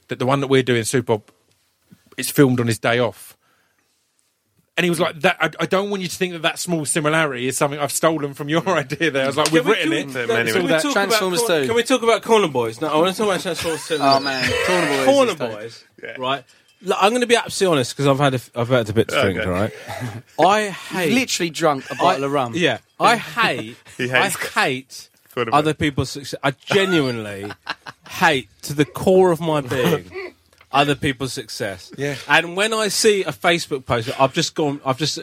A: that the one that we're doing Super Bowl, it's filmed on his day off." And he was like, "That I, I don't want you to think that that small similarity is something I've stolen from your idea." There, I was like, "We've
B: Can we-
A: written
B: can we-
A: it."
D: Many,
A: It's
D: many.
A: all that-
B: talk
E: Transformers
B: about, Corn-
E: two.
B: Can we talk about Corner Boys? No, I want to talk about Transformers 2.
E: Oh man, Corner Boys.
B: Corner
E: is dope.
B: Boys, right? Look, I'm going to be absolutely honest because I've had a, f- I've had a bit to drink,
D: Okay.
B: all right? I hate.
E: Literally drunk a
B: I,
E: bottle of rum.
B: Yeah. I hate.
D: He
B: I
D: hates-
B: hate
D: Corner Boys.
B: other people's success. I genuinely hate to the core of my being. Other people's success,
A: Yeah.
B: And when I see a Facebook post, I've just gone. I've just,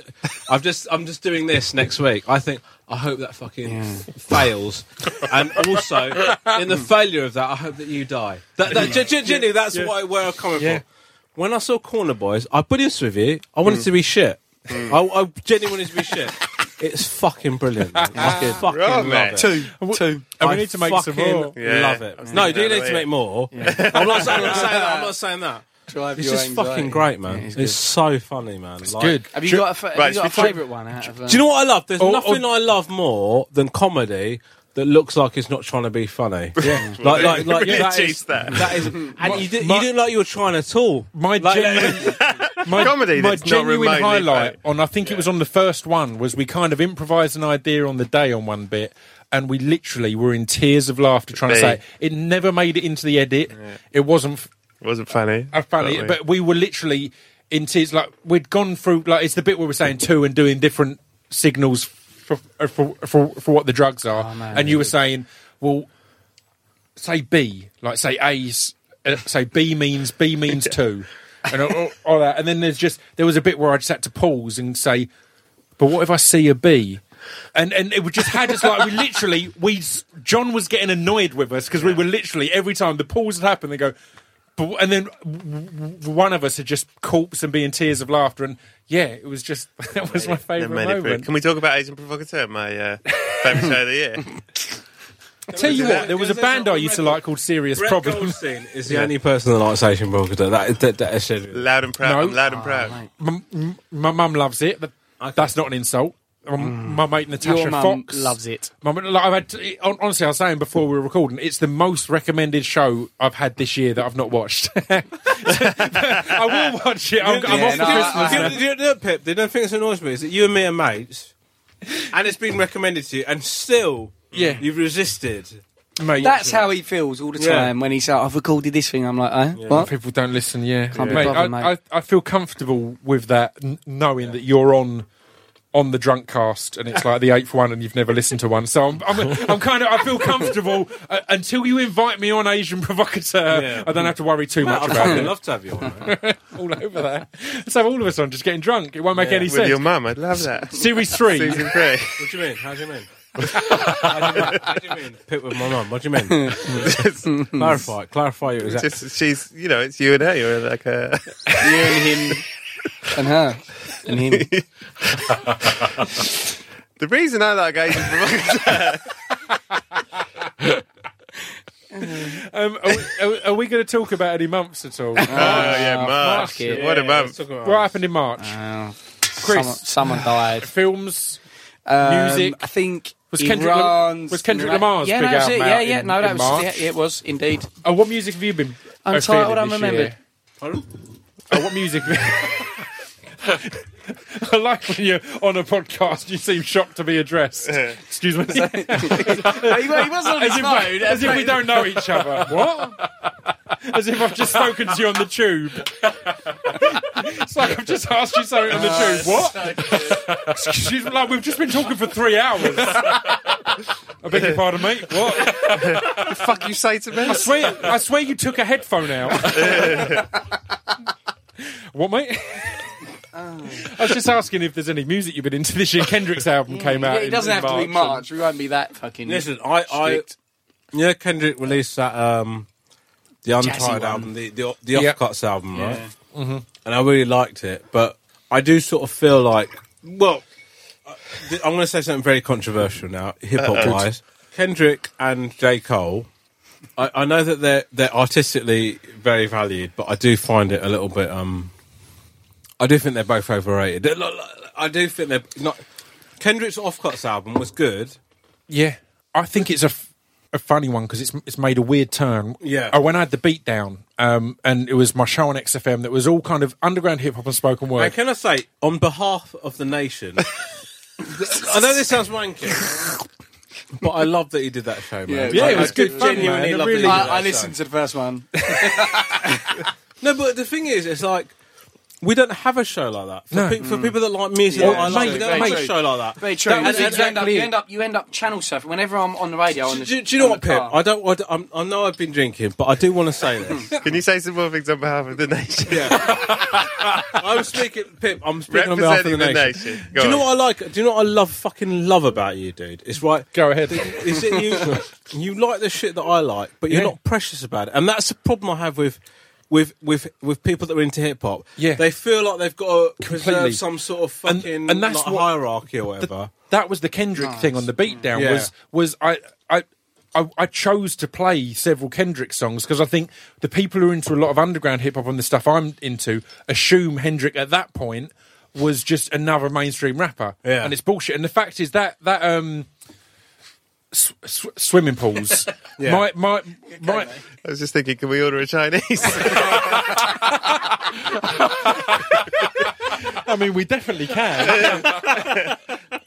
B: I've just, I'm just doing this next week. I think I hope that fucking fails, and also in the failure of that, I hope that you die. That, that, gen- gen- genuinely, that's why where I'm coming
A: Yeah.
B: from. When I saw Corner Boys, I put this with you. I
A: Mm.
B: wanted to be shit. I, I genuinely wanted to be shit. It's fucking brilliant. I
A: Ah,
B: fucking
D: Right,
B: love
D: mate.
B: it.
E: Two, two.
A: And we
B: I
A: need to make some
B: fucking
A: more.
D: Yeah.
B: Love it.
D: I was
B: No, you do
D: thinking that
B: need to
D: way.
B: make more. I'm, not saying, I'm not saying that. I'm not saying that.
E: Drive
B: It's
E: your
B: just
E: anxiety.
B: fucking great, man. it's so funny, man. It's
A: good.
E: Have you
A: Tri-
E: got a, fa- have
D: Right,
E: you got a
D: should we tri-
E: favourite one out of?
B: Do you know what I love? There's
A: Or-
B: nothing I love more than comedy that looks like it's not trying to be funny. Yeah, like like like
D: Really
B: that,
D: achieved
B: is,
D: that.
B: that is, and you, did,
A: my-
B: you didn't like you were trying at all.
A: My
B: Like-
A: genuine, my,
D: Comedy
A: my
D: that's not
A: genuine
D: remotely
A: highlight
D: fair.
A: on I think it was on the first one was we kind of improvised an idea on the day on one bit and we literally were in tears of laughter trying to
D: Me.
A: say it. It never made it into the edit. It wasn't f-
D: Wasn't funny.
A: a funny,
D: we-
A: but we were literally in tears. Like we'd gone through like it's the bit where we're saying two and doing different signals for uh, for for, for what the drugs are, and you were saying, well, say B, like say A's, uh, say B means B means two, and all, all that. And then there's just there was a bit where I just had to pause and say, but what if I see a bee? And and it would just had us like we literally we John was getting annoyed with us because we were literally every time the pause would happen they go, But, and then w- w- one of us had just corpse and be in tears of laughter. And yeah, it was just that was my
D: Never
A: favourite
D: made it through.
A: moment.
D: Can we talk about Agent Provocateur, my uh, favourite show of the year?
A: Tell you what, there was a
B: Because there's
A: band
B: not
A: I
B: a
A: used to
B: record.
A: like called Serious
B: Brett
A: Problems.
B: Goldstein is the only person that likes Asian Broker. That, that, that is genuine.
D: Loud and proud.
A: No.
D: I'm loud and
E: um,
D: proud.
A: M- m- My mum loves it. But That's not an insult.
E: Mm.
A: Um, My mate Natasha
E: Your mum
A: Fox
E: loves it.
A: My mum- like, I've had it- hon- honestly, I was saying before we were recording, it's the most recommended show I've had this year that I've not watched. I will watch it. I'm, I'm
E: Yeah,
A: off for
E: no, I-
A: Christmas.
B: Do you,
A: now.
B: do you know, Pip, the only thing that's annoys me is that you and me are mates, and it's been recommended to you, and still,
A: Yeah.
B: you've resisted.
A: Mate,
E: That's how he feels all the time
B: Yeah.
E: when he's like, I've recorded this thing. I'm like, eh? What?
A: people don't listen. Yeah,
E: Can't be
A: mate,
E: bothered,
A: I,
E: mate.
A: I, I feel comfortable with that, n- knowing that you're on on the drunk cast and it's like the eighth one and you've never listened to one so i'm, I'm, I'm kind of i feel comfortable uh, until you invite me on asian provocateur
B: Yeah.
A: i don't have to worry too much
B: I'd
A: about
B: fucking
A: it
B: love to have you on. mate.
A: all over there let's have all of us on just getting drunk it won't make any
D: With
A: sense
D: your mum, I'd love that.
A: series three
D: Season three.
B: What do you mean? How do you mean? How do you mean? How do you mean? Pip with my mum. What do you mean? clarify. Clarify your exact.
D: Just she's, you know, it's you and her. You're like uh, a
E: You and him and her and him.
D: The reason I like Asian Provocateur.
A: um, are we, are, we- are we going to talk about any months at all
D: oh yeah, March.
E: fuck it.
D: What a month.
A: what happened in march
D: uh,
E: Oh,
A: Chris.
E: someone, someone died.
A: films
E: Um,
A: Music.
E: I think.
A: Was Kendrick Lam-
E: Iran's-
A: was Kendrick
E: Iraq-
A: Lamar's
E: yeah,
A: big
E: that was
A: album
E: it. Yeah,
A: out
E: yeah,
A: in-
E: no,
A: in
E: that was,
A: March?
E: yeah, yeah, it was indeed.
A: oh, what music have you been uh,
E: Untitled
A: feeling this
E: Unremembered.
A: year? Oh, what music? I like when you're on a podcast, you seem shocked to be addressed. Excuse me.
E: he, was on
A: As if, as if we don't know each other. What? As if I've just spoken to you on the tube. it's like I've just asked you something on the tube. What? Excuse me, like we've just been talking for three hours. I beg your pardon, mate. What?
D: Fuck you say to me?
A: I swear, I swear you took a headphone out. what, mate? I was just asking if there's any music you've been into this year. Kendrick's album came out.
E: Yeah, it
A: in-
E: doesn't
A: in
E: have to be
A: March.
E: March. We won't be that fucking.
B: Listen, I, I,
E: strict.
B: yeah, Kendrick released that um, the
E: one.
B: Untied album, the the, the
A: Yeah.
B: Offcuts album, right? Mm-hmm. And I really liked it, but I do sort of feel like, well, I- th- I'm going to say something very controversial now, hip hop wise. Kendrick and J Cole. I, I know that they're they're artistically very valued, but I do find it a little bit. um I do think they're both overrated. They're not- I do think they're not. Kendrick's Offcuts album was good,
A: Yeah, I think it's a, f- a funny one because it's it's made a weird turn.
B: Yeah.
A: Oh, when I had the beatdown, um, and it was my show on XFM that was all kind of underground hip hop and spoken
B: Now,
A: word.
B: can I say, on behalf of the nation, th- I know this sounds wanky, but I love that he did that show, man.
E: Yeah,
A: it was
B: I
A: good fun, man.
B: Genuinely
A: It
B: love that he
A: really-
B: did
E: I,
B: that
E: I
B: show.
E: listened to the first one.
B: No, but the thing is, it's like. We don't have a show like that. For,
A: No.
B: pe- for people that like music,
E: Mm. Yeah,
B: that I
E: mate,
B: like, we don't
E: mate,
B: have a show like that.
E: Very true.
B: That-
E: That's
B: and- and-
E: exactly you, end up, you end up channel surfing. Whenever I'm on the radio, on
B: Do,
E: the,
B: do- do you know
E: on
B: what,
E: the
B: Pip?
E: car.
B: I don't. I, don't- I'm- I know I've been drinking, but I do want to say this.
D: Can you say some more things on behalf of the nation?
B: I'm speaking, Pip. I'm speaking on behalf of
D: Representing
B: the
D: the
B: nation.
D: nation. Go
B: Do you know
D: on.
B: what I like? Do you know what I love? Fucking love about you, dude. It's right.
A: Go ahead.
B: is it you you like the shit that I like, but you're
A: Yeah.
B: not precious about it. And that's the problem I have with with with with people that are into hip hop.
A: Yeah.
B: They feel like they've got to
A: Completely.
B: preserve some sort of
A: And-
B: fucking
A: and that's
B: like,
A: what-
B: hierarchy or whatever.
A: that was the Kendrick thing on the beatdown.
B: Yeah.
A: Was was I I. I, I chose to play several Kendrick songs because I think the people who are into a lot of underground hip hop and the stuff I'm into assume Hendrick at that point was just another mainstream rapper,
B: Yeah.
A: and it's bullshit. And the fact is that that um, sw- sw- swimming pools,
B: Yeah.
A: my my my,
D: I was just thinking, can we order a Chinese?
A: I mean, we definitely can.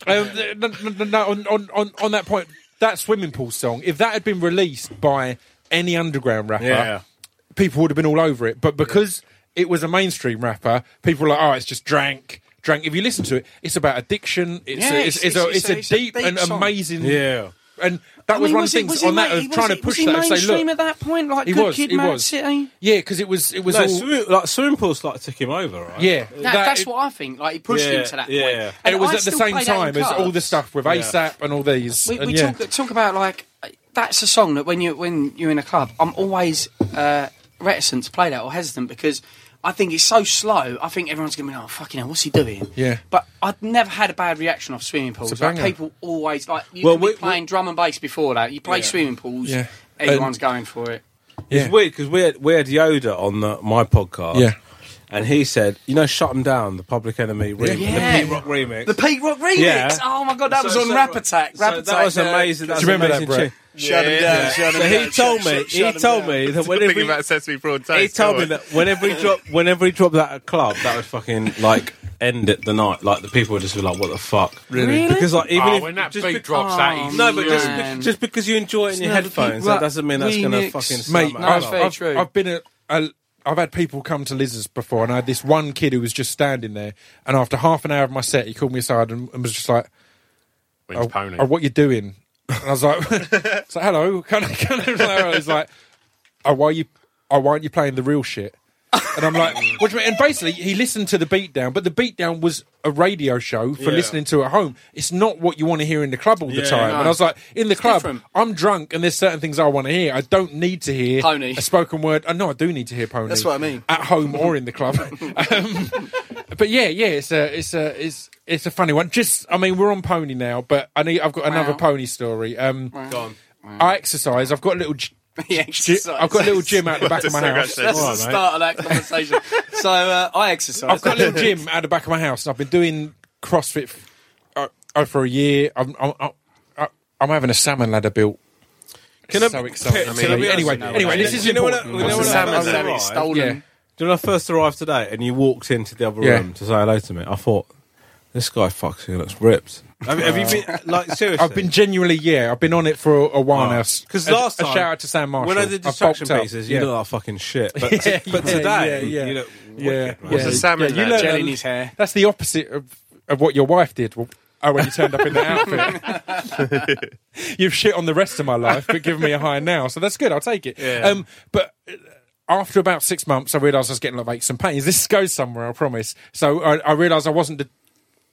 A: um, no, no, no, no, on, on, on, on that point, that swimming pool song, if that had been released by any underground rapper, people would have been all over it. But because it was a mainstream rapper, people were like, oh, it's just drank. Drank. If you listen to it, it's about addiction. It's
E: Yeah,
A: a, it's, it's,
E: it's-
A: a,
E: it's
A: it's
E: a-
A: a
E: it's a
A: deep
E: deep
A: and
E: song.
A: amazing.
B: Yeah.
A: And that
E: I
A: was
E: mean,
A: one
E: was
A: of
E: he-
A: the things
E: was he
A: on that
E: main-
A: of trying
E: was
A: to
E: he-
A: push
E: was
A: that and
E: he
A: say,
E: mainstream
A: look,
E: at that point, like
A: he
E: Good
A: was,
E: Kid,
A: he
E: Mad
A: was.
E: City.
A: yeah, because it was it was
B: No,
A: all
B: swimming, like swimming pools like took him over, right?
A: yeah.
E: That, that's what I think. Like he pushed
B: Yeah,
E: him to that
B: yeah.
E: point.
B: And
A: And it was
E: I
A: at the
E: still
A: same
E: play that in
A: time as all
E: cars.
A: the stuff with ASAP and all these.
E: We,
A: and
E: we
A: yeah.
E: talk, talk about like uh, that's a song that when you when you're in a club, I'm always uh, reticent to play that or hesitant because I think it's so slow. I think everyone's going to be like, oh, fucking hell, what's he doing?
A: Yeah.
E: But I've never had a bad reaction off swimming pools.
A: a
E: Like,
A: banger.
E: people always, like, you
B: Well,
E: could be
B: we- we-
E: playing drum and bass before that. You play
F: Yeah.
E: swimming pools,
A: Yeah.
E: everyone's going for it.
A: Yeah.
B: It's weird because we had, we had Yoda on the, my podcast.
A: Yeah.
B: And he said, you know, shut them down, the Public Enemy remix.
E: Yeah.
B: The Pete Rock remix.
E: The Pete Rock remix.
B: Yeah.
E: Oh my god, that
B: So-
E: was on
B: so-
E: Rap Attack.
B: so
E: Rap
B: that
E: Attack,
B: was
E: uh,
B: amazing. That
A: Do you
B: was an
A: remember that,
B: amazing
A: Brett?
B: tune.
D: Shut him down. Shut
B: So he told me, he told me that whenever
D: Thinking
B: he,
D: about sesame prawn toast.
B: he told
D: go
B: me
D: on.
B: that whenever he dropped, whenever he dropped that at a club, that would fucking like end it the night. Like the people would just be like, "What the fuck?"
E: Really?
B: Because like even
F: oh,
B: if
F: when that
B: just
F: beat
B: be-
F: drops,
E: Oh,
F: that is
B: no, but just
E: Yeah.
B: be- just because you enjoy it in your
E: not the Pete
B: headphones, that
E: Rock
B: doesn't mean that's going to
E: remix.
B: fucking slam
A: Mate,
B: it
E: No,
B: up.
E: it's very
A: I've,
E: true.
A: I've been at. A, I've had people come to Lizards before, and I had this one kid who was just standing there. And after half an hour of my set, he called me aside and, and was just like,
F: wins pony.
A: "Oh, what you doing?" And I was like, "It's like, hello." Can I, can I? He's like, "Oh, why you? Oh, why aren't you playing the real shit?" And I'm like, "What do you mean?" And basically, he listened to the beatdown, but the beatdown was a radio show for
B: Yeah.
A: listening to at home. It's not what you want to hear in the club all the
B: Yeah.
A: time. And I was like, "In the club,
E: different.
A: I'm drunk, and there's certain things I want to hear. I don't need to hear
E: Pony.
A: a spoken word. uh, I know I do need to hear pony.
E: That's what I mean.
A: At home or in the club. um, but yeah, yeah, it's a, it's a, it's, it's a funny one. Just, I mean, we're on pony now, but I need, I've got another
E: Wow.
A: pony story. Um,
B: Gone.
A: I exercise. I've got a little. g-
E: He
A: Gy-
E: exercises.
A: I've got a little gym out the back of my
D: Just so
A: house.
D: much
E: That's
D: sense.
E: the start of that conversation. so uh, I exercise.
A: I've got a little gym out the back of my house, and I've been doing CrossFit f- uh, uh, for a year. I'm, I'm, I'm- I'm, I'm having a salmon ladder built.
B: Can I-
A: so exciting.
B: can I
A: Anyway,
B: be honest
A: anyway,
B: with you?
A: anyway,
B: You
A: this is
B: know what I-
A: important.
B: you know
E: It's a
B: what I-
E: salmon
B: I've
E: salad,
B: arrived.
E: it's stolen.
A: Yeah.
B: Do you know, when I first arrived today and you walked into the other
A: Yeah.
B: room to say hello to me, I thought, this guy fucks, he looks ripped. Have, have you been, like, seriously?
A: I've been genuinely, yeah, I've been on it for a, a while now.
B: Because
A: A-
B: last
A: a,
B: time,
A: shout out to Sam Marshall.
B: When I did distraction
A: I bulked up.
B: pieces, you
A: yeah.
B: look like fucking shit. But,
A: Yeah,
B: but
A: yeah,
B: today,
A: yeah, yeah.
B: you look
A: Yeah,
B: wicked,
A: yeah.
B: man.
D: What's a salmon
A: Yeah, you
D: lad?
A: learn-
E: Gel in his hair.
A: That's the opposite of, of what your wife did. Well, oh, when you turned up in that outfit. You've shit on the rest of my life, but given me a high now, so that's good. I'll take it. Um, but uh, after about six months, I realised I was getting like aches and pains. This goes somewhere, I promise. So I, I realised I wasn't. d-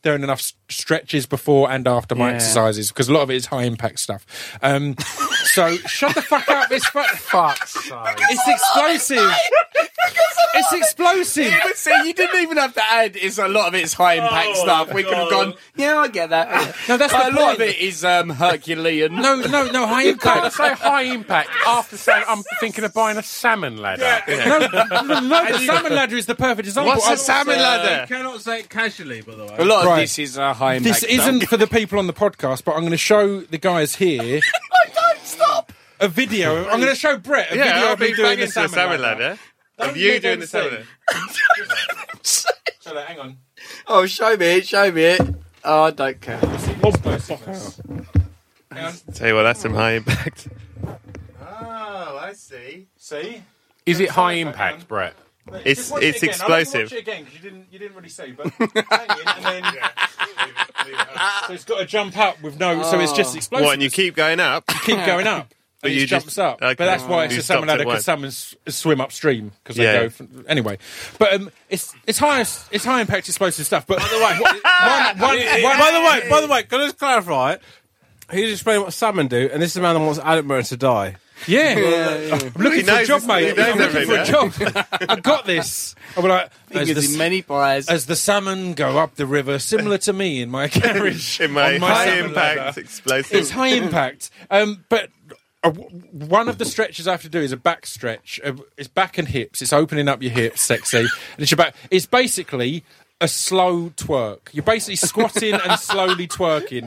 A: Doing enough s- stretches before and after my
E: Yeah.
A: exercises because a lot of it is high impact stuff. Um, so shut the fuck up! It's fu- It's explosive. It's explosive.
E: But see, you didn't even have to add. It's a lot of it's
F: Oh,
E: high impact stuff. We could have gone. Yeah, I get that.
A: No, that's
E: But
A: the
E: a lot
A: point.
E: of it is um, Herculean.
A: No, no, no, high
F: Can't
A: impact.
F: say high impact after saying I'm thinking of buying a salmon ladder.
A: No, no, no, the salmon ladder is the perfect example.
D: What's
A: I-
D: a salmon ladder?
B: cannot say it casually, by the way.
E: a lot of
A: Right.
E: this is uh, high impact.
A: This isn't for the people on the podcast, but I'm going to show the guys here
E: Don't stop.
A: a video. I'm going to show Brett a
D: Yeah,
A: video
D: I'll
A: of me
D: be
A: doing
D: banging
A: the
D: to the
A: salmon,
D: salmon
A: ladder.
D: ladder. Of
A: me
D: you
A: do
D: doing
A: the
D: the salmon
A: same.
D: ladder.
A: hang on.
E: Oh, show me it. Show me it. Oh, I don't care.
A: Oh,
D: Tell you what, that's some high impact.
G: Oh, I see.
A: See?
F: Is it high impact, Brett?
D: It's it's explosive.
A: again because you didn't, you didn't really see, but and then... So it's got to jump up with no, so it's just explosive.
D: What? And you keep going up.
A: keep going up. But
D: you
A: you jumps
D: just-
A: up, but
D: okay.
A: that's why it's
D: You
A: a salmon
D: stopped at
A: ladder because
D: once.
A: salmon s- swim upstream because they
D: Yeah.
A: go from, anyway. But um, it's it's high it's high impact explosive stuff. But by the way, one, one, one,
B: By the way, by the way, can I just clarify it? He's explaining what salmon do, and this is the man that wants Adam Murray to die.
A: yeah, I'm looking
D: He
A: for a
D: knows
A: job,
D: this-
A: mate.
D: he knows
A: I'm looking for a job. I got this. I'm like as
E: Fingers in
A: the,
E: many pies.
A: as the salmon go up the river, similar to me in my carriage
D: In my,
A: on my
D: high
A: salmon
D: impact
A: ladder. It's
D: explosive.
A: high impact. Um, but uh, w- one of the stretches I have to do is a back stretch. Uh, it's back and hips. It's opening up your hips, sexy. And it's your back. It's basically a slow twerk. You're basically squatting and slowly twerking.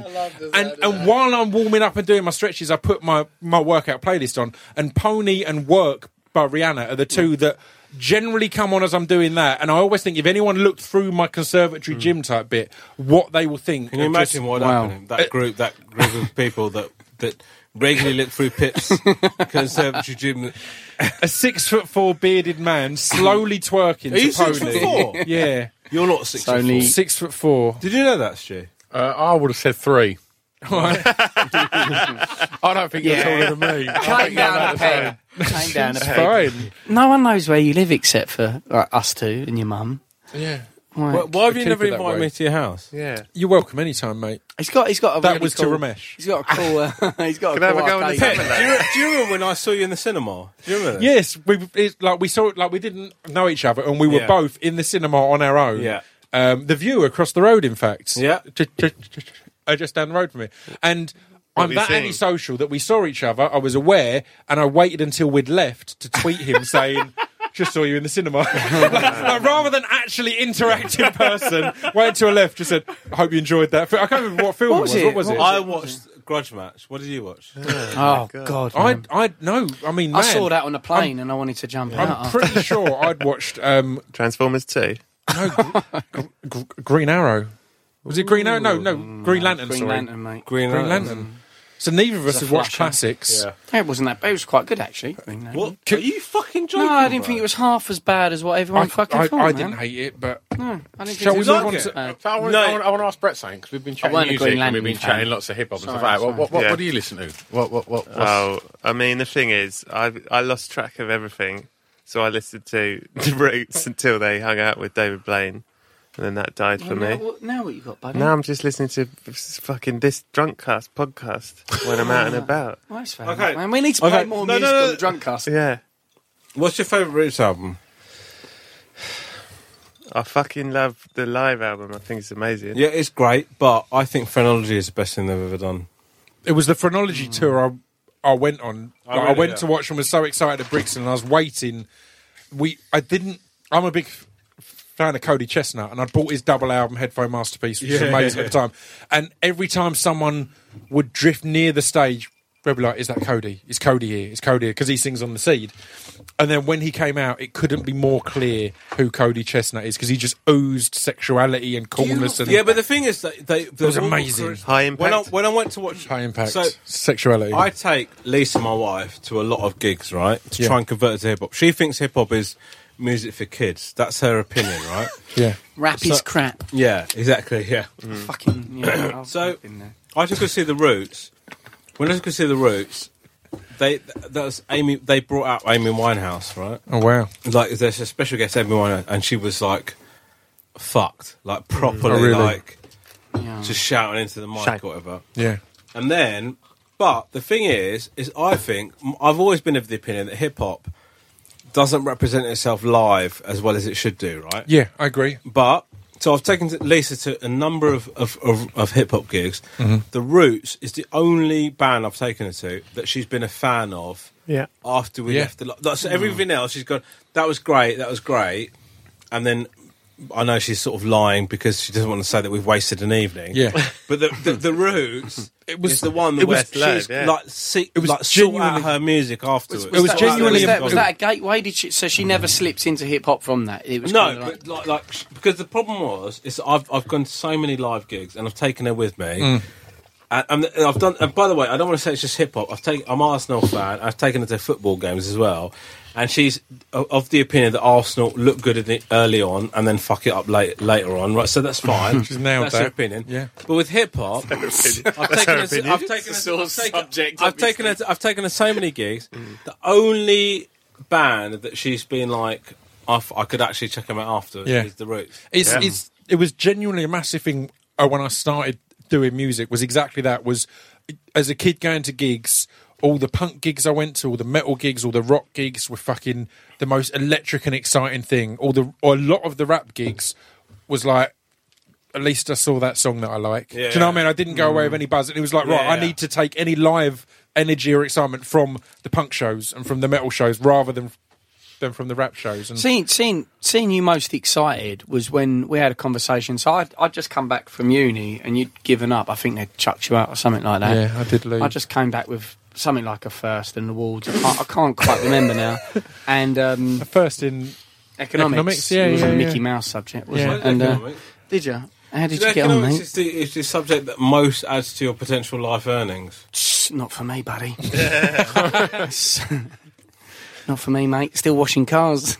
A: and and while I'm warming up and doing my stretches, I put my my workout playlist on. And Pony and Work by Rihanna are the two that generally come on as I'm doing that. And I always think if anyone looked through my conservatory gym type bit, what they will think.
B: Mm. Can you
A: of just-
B: imagine what
E: wow.
B: happened? That group, that group of people that that regularly look through Pitt's conservatory gym.
A: a six foot four bearded man slowly twerking.
B: Are you
A: to pony.
B: six foot four?
A: Yeah,
B: You're not six foot
E: only-
B: four.
A: six foot four.
B: Did you know that, Stu?
F: Uh, I would have said three.
A: Right.
F: I don't think you're taller than me.
E: Came down a peg. Came down a peg.
A: Fine.
E: No one knows where you live except for like, us two and your mum.
A: Yeah.
E: Right.
B: Why, why have you
E: Could
B: never
E: be that
B: invited
E: way.
B: me to your house?
D: Yeah.
A: You're welcome anytime, mate.
E: He's got. He's got a
A: That
E: really
A: was to
E: cool,
A: Ramesh.
E: He's got a cool. Uh, he's got.
D: Can
E: a
D: I have
E: cool
D: a go on
E: arcade.
D: the
B: Pet,
D: Yeah.
B: do, you, do you remember when I saw you in the cinema? Do you remember? that?
A: Yes, we it, like we saw like we didn't know each other, and we were
B: Yeah.
A: both in the cinema on our own.
B: Yeah.
A: um, the view across the road, in fact.
B: Yeah.
A: just, just, just down the road from me, and. I'm
D: were you
A: that
D: seeing?
A: antisocial that we saw each other. I was aware, and I waited until we'd left to tweet him saying, "Just saw you in the cinema." like, like, rather than actually interact in person, wait till I left. Just said, "I hope you enjoyed that." I can't remember what film
E: What
A: it
E: was
A: was.
E: it?
A: What was
E: What
A: it?
B: I watched Grudge Match. What did you watch?
E: Oh God!
A: I,
E: man.
A: I, no. I mean,
E: I
A: man,
E: saw that on the plane and I wanted to jump out.
A: I'm pretty sure I'd watched um,
D: Transformers 2.
A: Gr- Green Arrow. Was it Green Arrow? No, no, Green Lantern.
E: Green
A: sorry.
E: Lantern, mate.
B: Green,
A: Green Lantern. So neither of us
E: a
A: have watched
E: flasher.
A: classics.
B: Yeah.
E: It wasn't that bad. It was quite good actually. Green Lantern.
B: What? Are you fucking joking?
E: No, I didn't think
B: bro?
E: it was half as bad as what everyone
A: I,
E: fucking
A: I-
E: thought.
A: I
E: man.
A: didn't hate it, but
E: No, I didn't
A: Shall we
E: think it was
A: move on
B: like it?
A: to?
E: bad.
F: So I want,
B: No.
F: I, want, I want to ask Brett something because we've been chatting
E: wasn't a
F: music
E: Green
F: and we've been
E: Lantern fan.
F: chatting lots of hip hop and
E: Sorry,
F: stuff like that. What,
E: sorry.
F: what, what,
D: Yeah.
F: what do you listen to? What, what, what, what's,
D: Oh, I mean, the thing is, I I lost track of everything, so I listened to the Roots until they hung out with David Blaine, and then that died for
E: Well, now,
D: me.
E: what- now what you got, buddy?
D: Now I'm just listening to s- fucking this drunk cast podcast when I'm out and about.
E: Well, that's fair
B: Okay.
E: enough, man. We need to
B: Okay.
E: play more
B: No, no,
E: music
B: no.
E: on the drunk cast.
D: Yeah,
B: What's your favourite Roots album?
D: I fucking love the live album. I think it's amazing.
B: Yeah, it's great, but I think Phrenology is the best thing they've ever done.
A: It was the Phrenology tour I, I went on. Like, I,
B: really
A: went
B: don't.
A: to watch and was so excited at Brixton, and I was waiting. We, I didn't. I'm a big f- fan of Cody Chestnut, and I bought his double album Headphone Masterpiece, which was
B: Yeah.
A: amazing at the time. And every time someone would drift near the stage, they'd be like, "Is that Cody? Is Cody here? Is Cody here?" Because he sings on the seed. And then when he came out, it couldn't be more clear who Cody Chestnut is because he just oozed sexuality and coolness. And
B: Yeah, but the thing is that they, they
A: was amazing.
D: High impact.
B: When I, when I went to watch
A: high impact
B: so
A: sexuality.
B: I take Lisa, my wife, to a lot of gigs, right, to
A: Yeah.
B: try and convert her to hip hop. She thinks hip hop is music for kids. That's her opinion, right?
A: yeah.
E: Rap is
B: So-
E: crap.
B: yeah, exactly. Yeah.
A: Mm.
E: Fucking. Yeah, I've
B: So-
E: been there.
B: I just go see the Roots. When I just go see the Roots, they that was Amy. They brought out Amy Winehouse, right?
A: Oh wow.
B: like there's a special guest Amy Winehouse, and she was like fucked, like properly,
A: Oh, really?
B: like
E: Yeah.
B: just shouting into the mic
D: Shame.
B: or whatever.
A: Yeah.
B: And then, but the thing is, is I think m- I've always been of the opinion that hip hop doesn't represent itself live as well as it should do, right?
A: Yeah, I agree.
B: But so I've taken to- Lisa to a number of of, of, of hip hop gigs. The Roots is the only band I've taken her to that she's been a fan of.
D: Yeah.
B: After we
A: Yeah.
B: left the, lo- that's everything else she's gone. That was great. That was great. And then I know she's sort of lying because she doesn't want to say that we've wasted an evening.
A: Yeah.
B: But the the, the Roots. It
A: was-
B: was the one that
A: it was-
B: was, she's
D: yeah.
B: like see,
A: was
B: like sort out
A: genuinely-
B: her music afterwards.
A: it was
E: that-
A: genuinely Mm.
E: Was that, was
A: it was-
E: that a gateway? Did she, so she never slipped into hip hop from that. It was
B: No,
E: kinda like-
B: but like, like sh- because the problem was is I've I've gone to so many live gigs and I've taken her with me.
A: Mm.
B: And, and I've done. And by the way, I don't want to say it's just hip hop. I've taken. I'm an Arsenal fan. I've taken her to football games as well, and she's o- of the opinion that Arsenal look good in it early on and then fuck it up late, later on. Right, so that's fine.
A: She's nailed
B: that's
A: that.
B: her opinion.
A: Yeah.
B: But with hip hop, I've taken her. to- I've taken her. to- I've taken- I've taken her. to- I've taken her so many gigs. The only band that she's been like, I, f- I could actually check them out after.
A: Yeah.
B: Is the Roots.
A: It's, it's it was genuinely a massive thing uh, when I started doing music was exactly that was as a kid going to gigs all the punk gigs I went to all the metal gigs all the rock gigs were fucking the most electric and exciting thing all the or a lot of the rap gigs was like at least I saw that song that I like do you know what I mean I didn't go away with any buzz and it was like right
B: Yeah,
A: I
B: yeah.
A: need to take any live energy or excitement from the punk shows and from the metal shows rather than than from the rap shows and
E: Seeing, seeing, seeing you most excited was when we had a conversation. So I'd, I'd just come back from uni and you'd given up. I think they'd chucked you out or something like that.
A: Yeah, I did leave.
E: I just came back with something like a first in the awards. I can't, I can't quite remember now. And um,
A: first in
E: economics,
A: Economics, yeah,
E: it was
A: yeah,
E: a
A: yeah.
E: Mickey Mouse subject,
A: Yeah.
E: wasn't it? And, uh, did you? How did
B: Do
E: you
B: you
E: get
B: know
E: on,
B: economics
E: mate?
B: is the, is the subject that most adds to your potential life earnings.
E: Shh, Not for me, buddy. Not for me, mate. Still washing cars.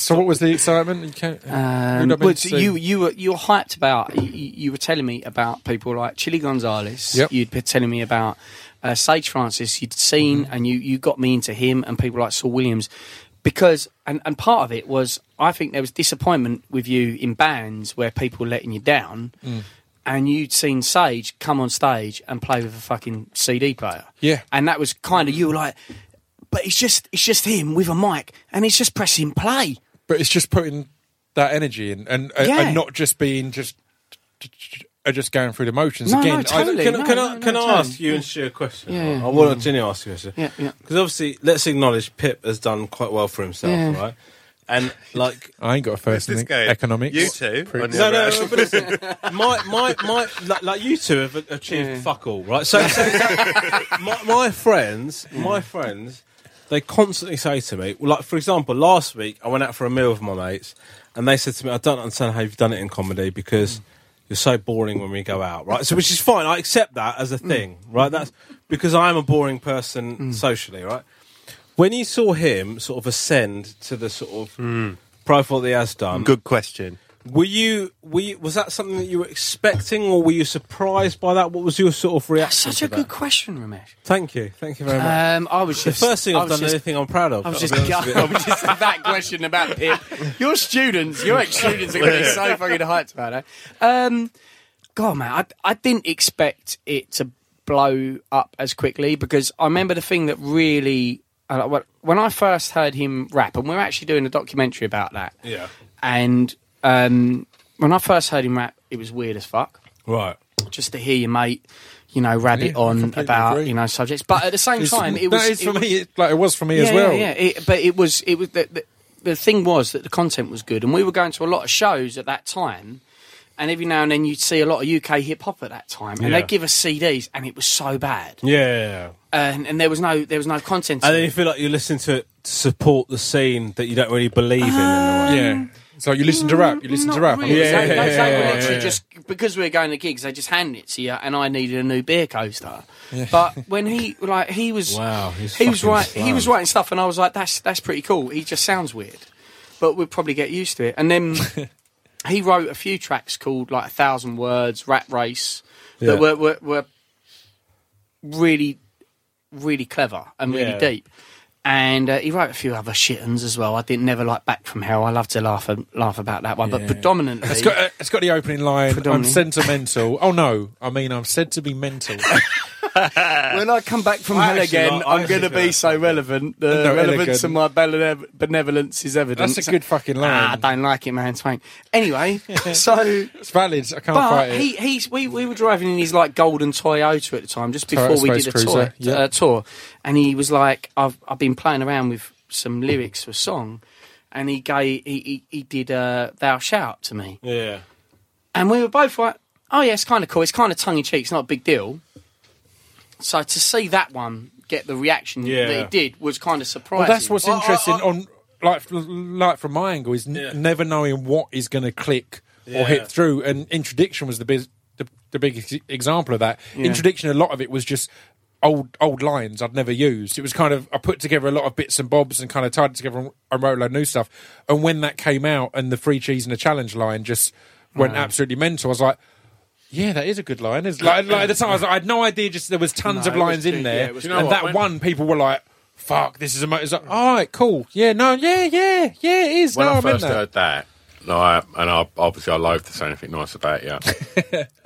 A: So what was the excitement? You came,
E: Um,
A: not been
E: well, so
A: seen.
E: you you were you were hyped about. You, you were telling me about people like Chili Gonzalez.
A: Yep.
E: You'd been telling me
A: Mm-hmm.
E: about uh, Sage Francis. You'd seen and you you got me into him and people like Saul Williams. because and, and part of it was I think there was disappointment with you in bands where people were letting you down,
A: Mm.
E: and you'd seen Sage come on stage and play with a fucking CD player.
A: Yeah.
E: and that was kind of you were like, but it's just it's just him with a mic and it's just pressing play.
A: but it's just putting that energy in and uh, and,
E: Yeah.
A: and not just being just uh, just going through the motions
E: No,
A: again.
E: no, totally.
B: Can,
E: No,
B: can
E: no,
B: I,
E: no,
B: can
E: totally.
B: I ask you and Stu a question?
E: Yeah, yeah.
B: I want to Jenny ask you a question.
E: Yeah, yeah.
B: Because obviously, let's acknowledge Pip has done quite well for himself,
E: Yeah.
B: right? And like,
A: I, I ain't got a first in
D: This guy,
A: economics.
D: You two. on the
B: no,
D: other
B: no,
D: end.
B: no, but listen, my, my, my, like, like you two have achieved fuck all, right? So, so- so my, my friends, my friends, they constantly say to me, well, like for example, last week I went out for a meal with my mates, and they said to me, I don't understand how you've done it in comedy because. You're so boring when we go out, right? So, which is fine. I accept that as a thing, right? That's because I am a boring person socially, right? When you saw him sort of ascend to the sort of profile that he has done,
D: Good question.
B: were you, were you- was that something that you were expecting, or were you surprised by that? What was your sort of reaction?
E: Such
B: to
E: a
B: that?
E: good question, Ramesh.
B: Thank you, thank you very much.
E: Um, I was
B: the
E: just
B: first thing
E: I
B: I've
E: was
B: done,
E: just-
B: anything I'm proud of.
E: I was
B: I'll
E: just,
B: be honest with you.
E: I was just that question about Pip. Your students, your ex students are going to be so fucking hyped about it. Um, God, man, I, I didn't expect it to blow up as quickly because I remember the thing that really. Uh, when- when I first heard him rap, and we we're actually doing a documentary about that.
F: Yeah.
E: And um, when I first heard him rap, it was weird as fuck
B: right.
E: just to hear your mate, you know, rabbit
A: Yeah, I
E: on
A: completely
E: about
A: agree.
E: you know subjects. But at the same time, it was
A: that is
E: it
A: for
E: was-
A: me. It, like it was for me
E: yeah,
A: as well.
E: Yeah, yeah. It, but it was it was the, the, the thing was that the content was good, and we were going to a lot of shows at that time. And every now and then you'd see a lot of UK hip hop at that time, and
B: Yeah.
E: they'd give us CDs, and it was so bad,
B: Yeah.
E: and, and there was no there was no content.
B: And
E: in
B: then
E: it.
B: you feel like you listen to it to support the scene that you don't really believe in. in a way.
A: Yeah. So you listen to rap, you listen to rap. I'm
E: Um, Really,
A: not
E: they-
A: saying-
E: they, they were
A: yeah,
E: literally
A: yeah.
E: just because we were going to gigs, they just handed it to you, and I needed a new beer coaster. But when he like he was
B: Wow, he's
E: he was
B: fucking
E: right he was
B: slammed.
E: writing stuff, and I was like, that's that's pretty cool. He just sounds weird, but we'll probably get used to it. And then he wrote a few tracks called like a thousand words, Rat Race,
B: Yeah.
E: that were, were were really really clever and really
B: Yeah.
E: deep. And uh, he wrote a few other shit'uns as well. I didn't never like Back from Hell. I love to laugh and laugh about that one, but predominantly
A: It's got, uh, it's got the opening line. I'm
E: Predominantly.
A: sentimental. Oh no, I mean I'm said to be mental.
E: When I come back from
B: I
E: hell
B: actually
E: again,
B: like- I
E: I'm
B: actually
E: going to
B: like
E: be so relevant. The
A: No,
E: relevance
A: elegant.
E: of my bene- benevolence is evident.
A: That's a good fucking line.
E: Ah, I don't like it, man. Twain. Anyway, so
A: It's valid. I can't fight
E: but
A: it.
E: he, he's we, we were driving in his like golden Toyota at the time, just before
A: Toyota
E: we did a
A: Space Cruiser,
E: tour,
A: yeah.
E: uh, tour, and he was like, "I've I've been playing around with some lyrics for a song," and he gave he he, he did uh, "Thou Shout" to me.
B: Yeah.
E: And we were both like, oh, yeah, it's kind of cool. It's kind of tongue in cheek. It's not a big deal. So to see that one get the reaction
B: Yeah.
E: that it did was kind of surprising.
A: Well, that's what's
B: Well, I-
A: interesting
B: I-
A: on like f- like from my angle is n-
B: Yeah.
A: never knowing what is going to click
B: Yeah.
A: or hit through. And introduction was the biz, the, the biggest e- example of that. Introduction, a lot of it was just old old lines I'd never used. It was kind of I put together a lot of bits and bobs and kind of tied it together and, and wrote a lot of new stuff. And when that came out and the free cheese and the challenge line just went absolutely mental, I was like. Yeah, that is a good line. It's like, like at the time, I, was like, I had no idea. Just there was tons
E: No,
A: of
E: it was
A: lines in
E: cheeky,
A: there,
E: yeah, it was
F: You know
A: and
F: what,
A: that
F: when-
A: one and people were like, "Fuck, this is a." Mo-. It's like, all right, cool, yeah, no, yeah, yeah, yeah, it is.
F: When
A: no,
F: I
A: I'm in
F: first
A: that.
F: heard that, like, and I, obviously I loathed to say anything nice about you,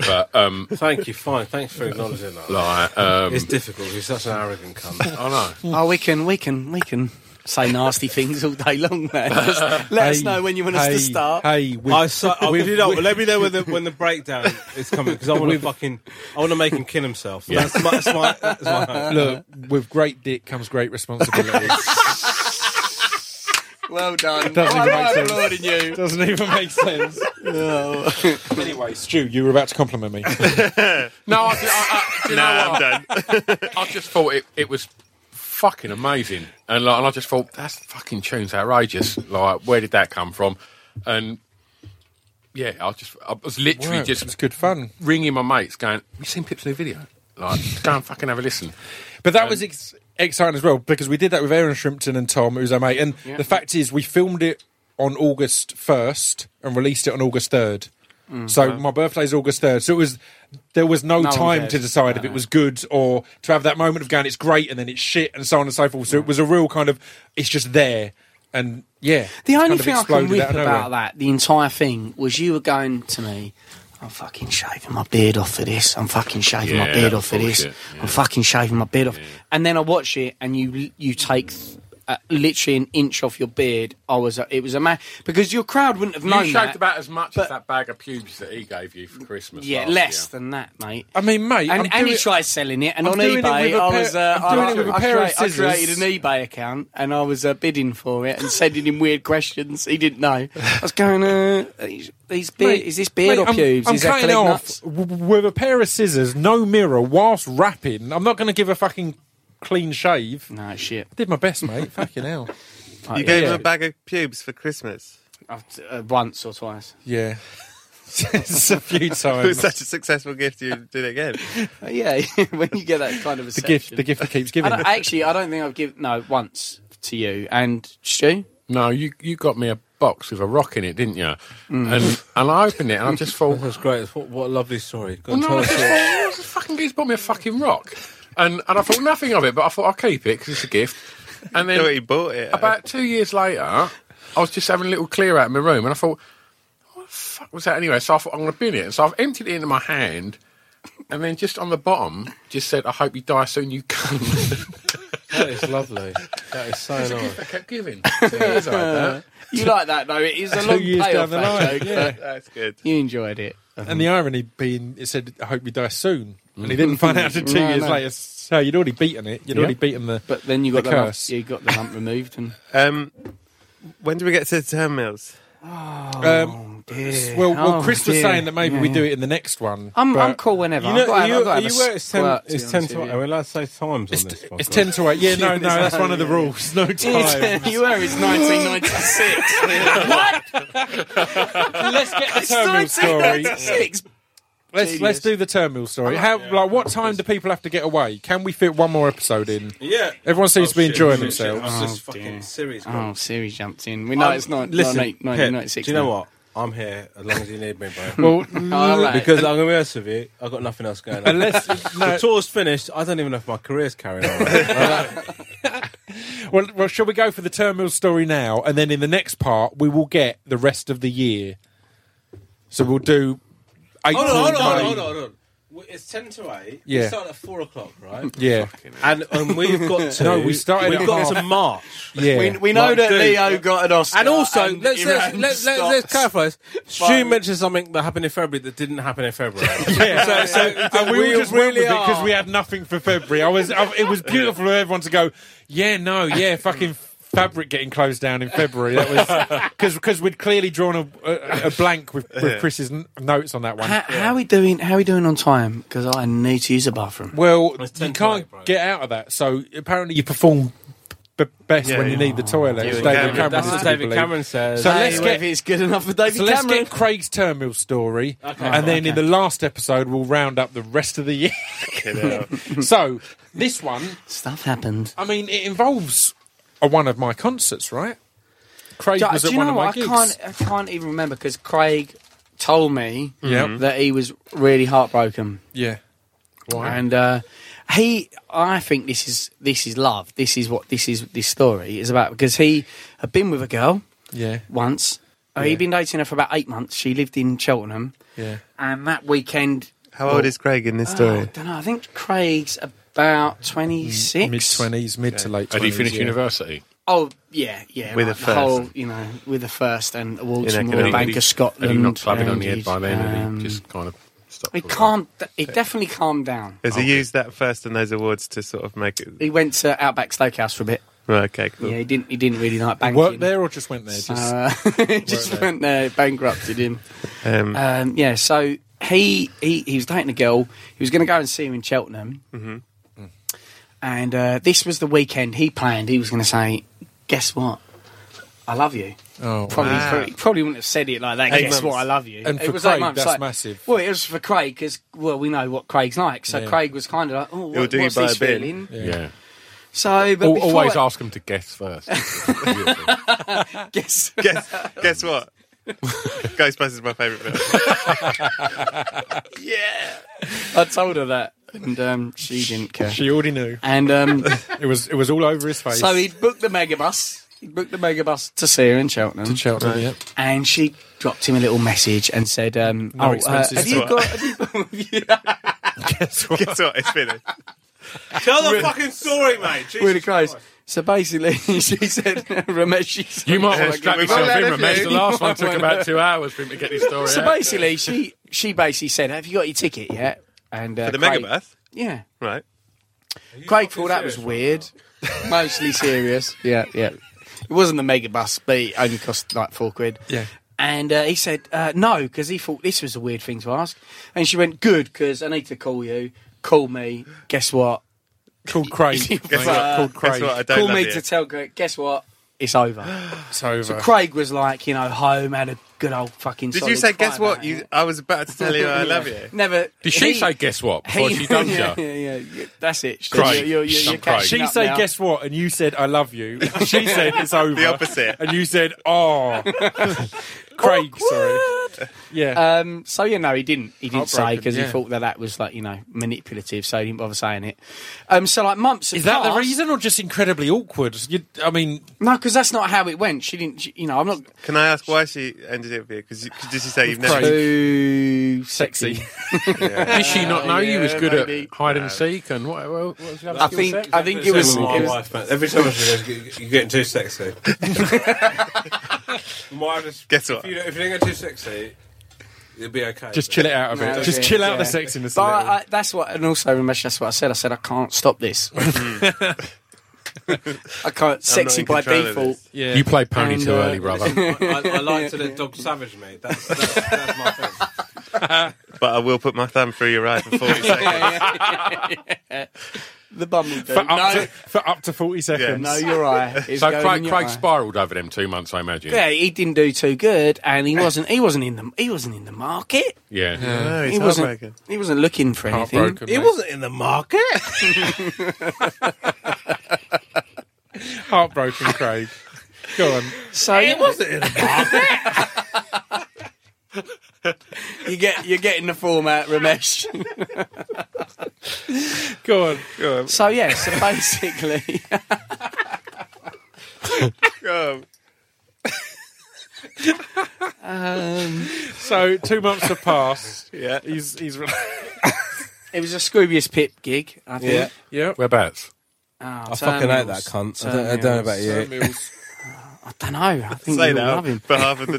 F: but um,
B: Thank you. Fine. Thanks for acknowledging that.
F: like, um,
B: It's difficult. He's such an arrogant cunt.
F: I know.
E: oh, we can, we can, we can say nasty things all day long, man. Just let us
A: Hey,
E: know when you want us
A: hey,
E: to start.
A: Hey, we,
B: I so, I'll give you that. Let me know when the, when the breakdown is coming because I want to fucking I want to make him kill himself. That's my, that's my, that's my hope.
A: look with great dick comes great responsibility.
E: Well done.
A: Doesn't
E: Why
A: make
E: am I
A: sense.
E: applauding you?
A: Doesn't even make sense. anyway, Stu, you were about to compliment me.
F: No, I, I, I, do
D: No,
F: you know what?
D: I'm done.
F: I just thought it, it was fucking amazing, and like, and I just thought that's fucking tunes outrageous. Like, where did that come from? And yeah, I just I was literally
A: Worked.
F: just
A: It's good fun.
F: ringing my mates, going, "You seen Pip's new video? Like, go and fucking have a listen."
A: But that was ex- exciting as well because we did that with Aaron Shrimpton and Tom, who's our mate. And the fact is, we filmed it on August 1st and released it on August 3rd. So my birthday's August 3rd. So it was there was no,
E: Mm, one
A: time
E: cares.
A: to decide if it was good or to have that moment of going, it's great and then it's shit and so on and so forth. So it was a real kind of, it's just there. and yeah, it's
E: The only
A: kind of
E: thing I can
A: exploded
E: rip
A: out of nowhere.
E: about that, the entire thing, was you were going to me, I'm fucking shaving my beard off for this. I'm fucking shaving my
F: Yeah,
E: beard off for this.
F: bullshit, yeah.
E: I'm fucking shaving my beard off. And then I watch it, and you you take uh, literally an inch off your beard. I was it was a man because your crowd wouldn't have
F: You
E: known
F: shaved
E: that.
F: about as much
E: but-
F: as that bag of pubes that he gave you for Christmas.
E: yeah,
F: last
E: less
F: year.
E: than that, mate.
A: I mean, mate,
E: and
A: I'm
E: and he
A: doing-
E: tried selling it, and
A: I'm
E: on
A: doing it
E: eBay,
A: with a
E: I
A: pair-
E: was uh,
A: I'm doing
E: I,
A: it with a
E: I
A: pair of
E: create- I created an
A: scissors.
E: eBay account, and I was uh, bidding for it and sending him weird questions he didn't know. I was going, uh, these- these beard,
A: Mate,
E: is this beard
A: mate,
E: or
A: I'm,
E: pubes?
A: I'm
E: is that
A: cutting it
E: collect
A: off
E: nuts?
A: w- with a pair of scissors, no mirror, whilst rapping. I'm not going to give a fucking clean shave.
E: No shit.
A: Did my best, mate. fucking hell.
E: Like,
D: You gave
E: yeah,
D: him a bag of pubes for Christmas.
E: I've- uh, once or twice.
A: Yeah. it's a few
D: It was
A: times.
D: such a successful gift. You did it again.
E: Uh, yeah, when you get that kind of a
A: The gift, the gift that keeps giving.
E: actually, I don't think I've given no once to you and Stu.
F: No, you you got me a box with a rock in it, didn't you?
E: Mm.
F: And and I opened it and I just thought,
B: That's great. What, what a lovely story. Go on,
F: well, no,
B: tell
F: I
B: us
F: just
B: it.
F: thought, "What's the fucking geezer bought me a fucking rock, and and I thought nothing of it, but I thought I'll keep it because it's a gift. And
D: You know what he
F: then
D: bought it. at.
F: about two years later, I was just having a little clear out in my room, and I thought, what the fuck was that anyway? So I thought I'm going to bin it, and so I've emptied it into my hand, and then just on the bottom, just said, I hope you die soon, you cunt.
B: That is lovely. That is so
F: It's a gift
B: nice.
F: they kept giving. Two years I had that.
E: You like that though? It is a
A: Two
E: long
A: years down
E: payoff.
A: the
E: that
A: line,
E: joke,
A: yeah.
E: but
D: That's good.
E: You enjoyed it.
A: And the irony being, it said, "I hope you die soon," and he didn't find out until two
E: No,
A: years
E: no.
A: later. So you'd already beaten it. You'd already beaten the.
E: But then you got
A: The
E: the, lump,
A: curse.
E: you got the lump removed, and
D: Um, when do we get to the turn mills?
A: um, well, well,
E: Oh,
A: Chris was
E: dear.
A: saying that maybe
E: Yeah,
A: we
E: yeah.
A: do it in the next one.
E: I'm, I'm
A: but
E: cool whenever.
B: You
E: I've
B: know,
E: got,
B: you,
E: I've got
B: are
E: to
B: you
E: have
B: aware
E: a
B: it's ten,
E: squirt, to
B: it's
E: be
B: ten
E: honest
B: to
E: with
B: eight?
E: you.
B: Are we allowed to say times on this podcast?
A: It's ten to eight. Yeah, no, no, that's one of the rules. No time.
E: you were is 1996.
A: let's get the terminal story. Let's let's do the terminal story. How like what time do people have to get away? Can we fit one more episode in?
B: Yeah.
A: Everyone
B: Oh,
A: seems to be enjoying themselves.
B: I was just
E: Oh,
B: fucking
E: dear.
B: serious. Um,
E: Oh, Siri jumped in. We know it's not
B: Listen,
E: not eight-
B: Pip,
E: 1996.
B: do you know
E: now.
B: what? I'm here as long as you need me, bro.
A: Well,
E: All right.
B: Because I'm going to be honest with you, I've got nothing else going on.
A: unless
B: the
A: no,
B: tour's finished, I don't even know if my career's carrying on.
A: well, well, shall we go for the terminal story now, and then in the next part we will get the rest of the year. So we'll do. April, May.
B: hold on. It's 10 to 8.
A: We Yeah. start
B: at 4 o'clock, right?
A: Yeah,
B: And, and we've got to.
A: No, we started
B: We've
A: at
B: got
A: half.
B: to March.
A: yeah.
E: We, we know
B: Like,
E: that
B: dude.
E: Leo got an Oscar.
B: And also,
E: and
B: let's, let's,
E: Iran
B: let's, let's,
E: stopped.
B: let's clarify this. Stu
E: But-
B: mentioned something that happened in February that didn't happen in February.
A: yeah.
B: So, so
A: and we,
B: we
A: all just went
B: really
A: with it because
B: are.
A: we had nothing for February. I was, I, it was beautiful for everyone to go. Yeah, no, yeah, fucking fabric getting closed down in February. That was because because we'd clearly drawn a, a, a blank with, with Chris's n- notes on that one.
E: How, how are we doing? How are we doing on time? Because I need to use a bathroom.
A: Well, you
B: 10 to
A: can't
B: eight, bro.
A: get out of that. So apparently, you perform b- best when you need the toilet. as David
D: Cameron.
A: Cameron
B: That's
A: used
B: what
A: to
B: David
A: believe.
B: Cameron says.
A: So let's
E: Hey,
A: get-
E: if it's good enough for David
A: So let's
E: Cameron.
A: get Craig's terminal story, and then in the last episode, we'll round up the rest of the year. so this one,
E: Stuff happened.
A: I mean, it involves a, one of my concerts, right? Craig
E: Do,
A: was
E: do
A: at
E: you
A: one
E: know
A: of my
E: what? I
A: gigs.
E: can't. I can't even remember because Craig told me
A: Yep.
E: that he was really heartbroken.
A: Yeah,
E: And uh, he, I think this is this is love. This is what this is this story is about because he had been with a girl
A: yeah,
E: once. Uh, He'd been dating her for about eight months. She lived in Cheltenham,
A: yeah.
E: and that weekend,
D: How old is Craig in this
E: oh, I
D: story?
E: don't know. I think Craig's about
F: Mm,
E: twenty six.
A: Mid twenties, mid to late. 20s,
F: Had he finished
A: yeah.
F: university?
E: Oh yeah, yeah.
D: With
E: right,
D: a
E: the whole,
D: first.
E: you know, with a first and awards
D: In
E: from
D: academic-
E: Royal Bank of Scotland.
F: Had he not clubbing on
E: and
F: the head by
E: he'd,
F: then? and
E: um,
F: he just kind of stopped.
E: he
F: all that?
E: calmed. He definitely calmed down.
D: Has he used that first and those awards to sort of make it?
E: He went to Outback Steakhouse for a bit.
D: Right, okay, cool.
E: Yeah, he didn't. He didn't really like banking.
A: Worked there or just went there? Just
E: Uh, just
A: there.
E: went there, bankrupted him.
D: Um,
E: Um, yeah, so he, he he was dating a girl. He was going to go and see her in Cheltenham, mm-hmm. and uh, this was the weekend he planned. He was going to say, "Guess what? I love you."
A: oh,
E: Probably,
A: wow.
E: probably, probably wouldn't have said it like that.
D: Eight
E: Guess
D: months.
E: what? I love you.
A: And
E: it
A: for
E: was
A: Craig,
E: eight months,
A: that's
E: like-
A: massive.
E: Well, it was for Craig because well, we know what Craig's like. So
A: Yeah.
E: Craig was kind of like, "Oh,
D: He'll
E: what,
D: do you
E: what's
D: by
E: this
D: a bit."
E: feeling?"
F: Yeah.
E: So, but
F: Al
E: before
F: always
E: it-
F: ask him to guess first.
E: guess
D: guess, guess what? Ghostbusters is my favourite film.
E: I told her that, and um, she didn't care.
A: She already knew.
E: And um,
A: It was it was all over his face.
E: so he'd booked the megabus He booked the megabus to see her in Cheltenham.
F: Cheltenham, yeah.
E: and she dropped him a little message and said, um, "Oh, uh,
B: expenses
E: have you
D: to
E: got? Have you,
D: Guess what? It's finished.
B: Tell the fucking story, mate.
E: really crazy." So basically, she said, "Ramesh." She said,
F: You might want to
D: Let's
F: strap
D: go with
F: yourself
D: that,
F: in,
D: if
F: Ramesh.
D: you-
F: The last one took
E: Might
F: about two hours for him to get his story
E: so
F: out.
E: basically, she she basically said, "Have you got your ticket yet?" And uh,
D: For the
E: Craig-
D: megabath,
E: yeah.
D: right?
E: Craig thought that was weird. Mostly serious. Yeah, yeah. It wasn't the megabus, but it only cost like four quid. Yeah. And uh, he said uh, no because he thought this was a weird thing to ask. And she went, "Good, because I need to call you. Call me. Guess what?
A: Called Craig.
E: Guess what?
A: Called
D: Guess
A: Craig.
D: what? I don't
E: call
D: love
E: me
D: you.
E: to tell. Craig, Guess what? It's over."
A: It's over.
E: so Craig was like, you know, home had a good old fucking.
D: Did you
E: solid
D: say? Guess
E: five out
D: what?
E: of
D: You,
E: it."
D: I was about to tell you I love you.
E: Never.
F: Did she
E: he-
F: say, guess what? Before
E: he-
F: she dumped
E: yeah,
F: you?
E: yeah, yeah, yeah. That's it.
F: Craig.
E: You're, you're, you're,
F: Some
E: you're
F: Craig.
E: catching
A: She
E: up
A: said,
E: now.
A: "Guess what?" and you said, "I love you." She said, "It's over."
D: The opposite.
A: And you said, "Oh, Craig." Sorry. Yeah.
E: Um, so yeah, no, he didn't. He didn't say
A: Heartbroken,
E: because
A: yeah.
E: he thought that that was like you know manipulative, so he didn't bother saying it. Um, so like months. have
A: Is that the
E: passed.
A: reason, or just incredibly awkward? You, I mean,
E: No, because that's not how it went. She didn't. She, you know, I'm not
D: Can I ask why she ended it with you? Because did she say you've never?
A: Craig.
E: too sexy.
F: Did she not know you was good
E: maybe. Uh,
F: at hide and seek and what, what what was the other
E: I
F: skill
E: think-
F: set?
E: I think it was-
B: my
E: it was-
B: wife, man. Every time she goes, "You- you're getting too sexy. My- just-
D: Guess what?
B: If you, don't- if you don't get too sexy, you'll be okay.
A: just chill it out of it.
E: No,
A: just
E: yeah,
A: chill out
E: yeah.
A: the sexiness.
E: But
A: a little.
E: I, I, that's what, and also Ramesh, that's what I said. I said I can't stop this.
A: Mm.
E: I can't sexy
D: in
E: by
D: control of
E: default.
D: this.
A: yeah.
F: You played pony
E: And,
F: too
E: uh,
F: early, brother.
B: I, I, I like to let dog savage me. That's, that's, that's my thing.
D: But I will put my thumb through your eye for forty seconds.
E: The bum will do.
A: for, uh, up
E: No,
A: to, for up to forty seconds.
E: no, you're right. It's
F: So
E: going
F: Craig,
E: in your
F: Craig
E: eye.
F: spiralled over them two months, I imagine.
E: Yeah, he didn't do too good, and he wasn't. He wasn't in the. He wasn't in the market.
F: Yeah.
D: No, it's
E: He wasn't.
D: heartbroken.
E: He wasn't looking for anything.
A: Heartbroken.
B: It
A: mate.
B: wasn't in the market.
A: Heartbroken, Craig. Go on.
E: So you,
B: wasn't in the market.
E: you get you're getting the format, Ramesh.
A: Go on. Go on.
E: so yeah, so basically,
D: Um,
A: So two months have passed.
D: yeah.
A: He's he's.
E: it was a Scroobius Pip gig. I think.
B: Yeah.
A: yeah.
F: Whereabouts?
E: Oh,
B: I fucking hate that cunt. I don't, I don't know about you.
E: I don't know. I think
D: Say
E: you
D: that
E: all love
D: on
E: him.
D: behalf of the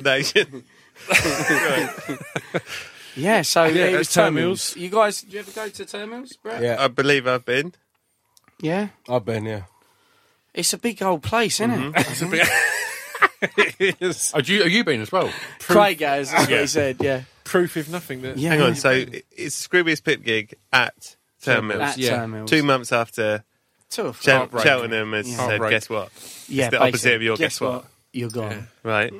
D: nation.
E: Yeah. So yeah, it was
A: that's Turn Mills.
E: Termills. You guys, did you ever go to Termills, Brett?
B: Yeah.
D: I believe I've been.
E: Yeah.
B: I've been, yeah.
E: It's a big old place, isn't it?
F: Oh, do you, have you been as well?
E: Craig has. That's what he said. Yeah.
A: Proof if nothing. That
E: Yeah.
D: Hang on. So i- it's Scroobius Pip gig at Turn Mills.
E: At
A: Yeah.
E: Termills.
D: Two months after
E: Two or three.
D: Chel-
A: Heartbreaking.
D: Cheltenham has
E: Yeah.
D: said,
A: Heartbreak.
D: guess what?
E: yeah,
D: the opposite
E: basically.
D: of your guess what.
E: You're gone.
D: Right.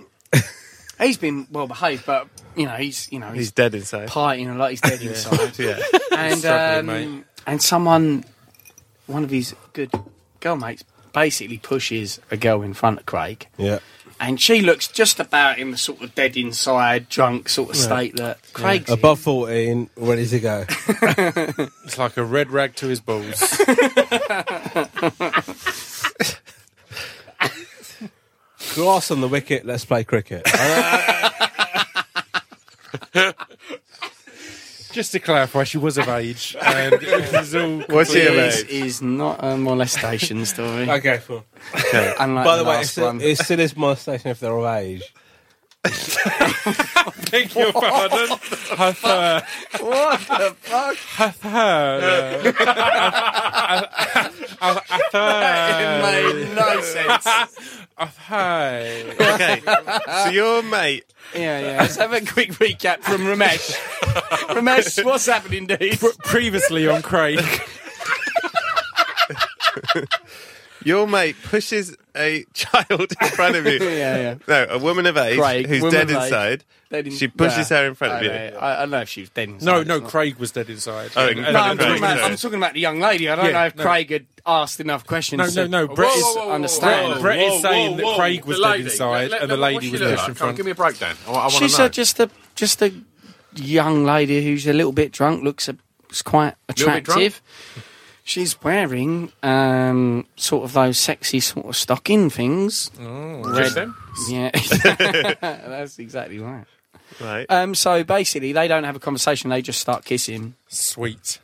E: He's been well behaved, but you know he's you know he's,
D: He's dead inside.
E: partying a lot. He's dead inside.
D: Yeah.
E: and
A: struggling,
E: um, and someone, one of his good girl mates, basically pushes a girl in front of Craig,
B: Yeah.
E: and she looks just about in the sort of dead inside, drunk sort of state that Craig's in.
B: Above 14, ready to go.
A: it's like a red rag to his balls.
B: Grass on the wicket, let's play cricket.
A: Just to clarify, she was of age, and it was all.
D: What's your
E: This
D: age?
E: is not a molestation story.
B: okay, cool.
E: Unlike
B: By the way, it
E: last
B: still,
E: one.
B: it still is my station if they're of age.
A: Beg your pardon. Have, uh,
E: what the fuck?
A: have, uh, have, have, uh,
E: It made no sense.
A: have, hey.
D: Okay. So your mate
E: yeah, yeah. Let's have a quick recap from Ramesh. Ramesh, what's happening, dude?
A: Previously on Craig.
D: Your mate pushes a child in front of you.
E: Yeah, yeah.
D: No, a woman of age
E: Craig,
D: who's
E: woman
D: dead
E: of age.
D: inside.
E: They didn't-
D: She pushes
E: Nah.
D: her in front of
E: I
D: you.
E: don't know. I, I don't know if she was dead. Inside.
A: No,
E: It's
A: no,
E: not-
A: Craig was dead inside.
D: Oh,
A: And-
D: no,
A: and-
E: No, I'm talking,
D: Craig,
E: about,
D: sorry.
E: I'm talking about the young lady. I don't
A: Yeah,
E: know if
A: no.
E: Craig had asked enough questions.
A: No,
E: to
A: no, no, Brett is-
E: whoa, whoa, understand. whoa, whoa,
A: Brett is saying that Craig was
F: The
A: dead
F: lady.
A: inside,
F: Let- let-
A: and the
F: let-
A: lady
F: what's
A: was
F: she look
A: pushed
F: like?
A: in
F: Come on,
A: front.
F: Give me a breakdown. I, want to know.
E: She's uh, just a just a young lady who's a little bit drunk, looks a, is quite
F: bit drunk?
E: attractive. She's wearing um, sort of those sexy sort of stocking things.
F: Just then?
E: Yeah, that's exactly right.
D: Right.
E: Um, so basically, they don't have a conversation; they just start kissing.
A: Sweet.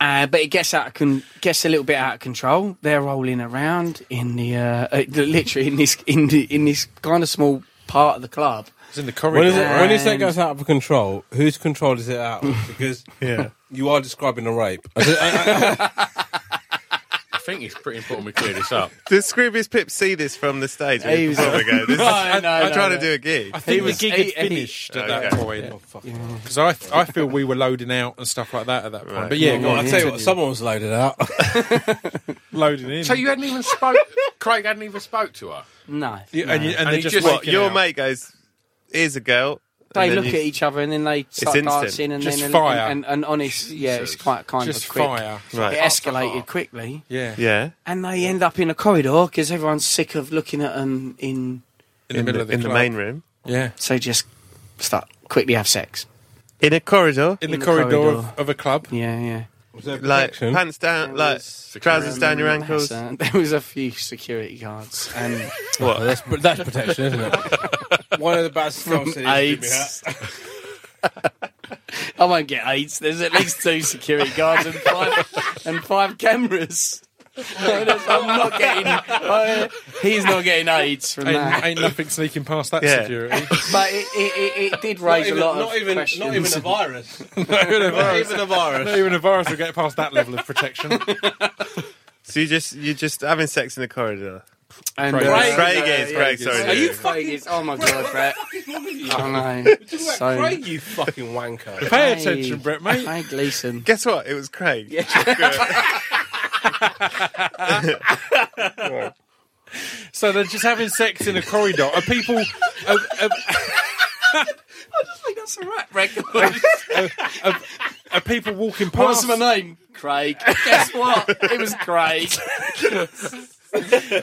E: Uh, but it gets out of con- gets a little bit out of control. They're rolling around in the uh, uh, literally in this in the, in this kind of small part of the club.
A: It's in the corridor.
B: When is, it, when is that
E: And-
B: goes out of control? Whose control is it out of? Because
D: Yeah.
B: you are describing a rape.
F: I think it's pretty important we clear this up.
D: Did Scroobius Pip see this from the stage? when
E: He
D: He
E: was-
D: was ago. This is,
E: No,
D: I'm,
E: no, no,
D: trying
E: no.
D: to do a gig.
A: I think
E: He was-
A: the gig
E: he-
A: had
E: he-
A: finished at
D: Okay.
A: that point. Because I, I feel we were loading out and stuff like that at that point.
D: Right.
A: But yeah, go
B: Well,
A: on,
B: I tell you what,
A: continue.
B: someone was loaded out.
A: loading in.
F: So you hadn't even spoke. Craig hadn't even spoke to her.
E: No,
A: Yeah, and, you, and, they
D: you
A: just,
D: just-
A: wake
D: what,
A: it
D: your
A: out.
D: mate goes, "Here's a girl."
E: they
D: and then
E: look
D: you-
E: at each other and then they start
D: instant.
E: dancing and
A: Just
E: then
A: fire.
E: And, and, and honest, yeah, it's quite kind
A: just
E: of quick.
A: fire.
E: It
D: Right.
E: escalated quickly,
A: Yeah.
D: Yeah.
E: and they end up in a corridor because everyone's sick of looking at them in.
A: In, the middle of the
D: in the
A: club.
D: main room,
A: Yeah.
E: So just start quickly have sex.
D: in a corridor,
A: In,
E: In
A: the,
E: the
A: corridor,
E: corridor.
A: Of, of a club.
E: Yeah, yeah.
D: like pants down,
E: There
D: like
E: was-
D: trousers down your ankles.
E: That's, uh, there was a few security guards and
B: Well, that's, that's protection, isn't it? One of the bad scum cities.
E: AIDS. I won't get AIDS. There's at least two security guards and five and five cameras. I'm not getting. I- he's not getting AIDS from
A: Ain't,
E: that.
A: ain't nothing sneaking past that
D: Yeah.
A: security.
E: But it, it, it, it did raise a lot
B: not
E: of
B: even,
E: questions.
B: not even a virus.
A: not even a
B: not
A: virus.
B: even a virus.
A: Not even a virus will get past that level of protection.
D: So you just you just having sex in the corridor.
E: and,
A: Craig.
E: uh,
D: Craig
E: yeah,
D: is,
E: yeah,
D: Craig,
E: yeah.
D: sorry,
E: Are
D: yeah.
E: you fucking? Is, oh my god, Brett! I know. So,
B: Craig, you fucking wanker.
A: Pay
E: Hey.
A: attention, Brett, mate.
E: Craig Gleason.
D: Guess what? It was Craig.
A: So they're just having sex in a corridor. Are people? Are, are,
E: That's a rap record.
A: are people walking
E: What's
A: past?
E: my name? Craig. Guess what? It was Craig.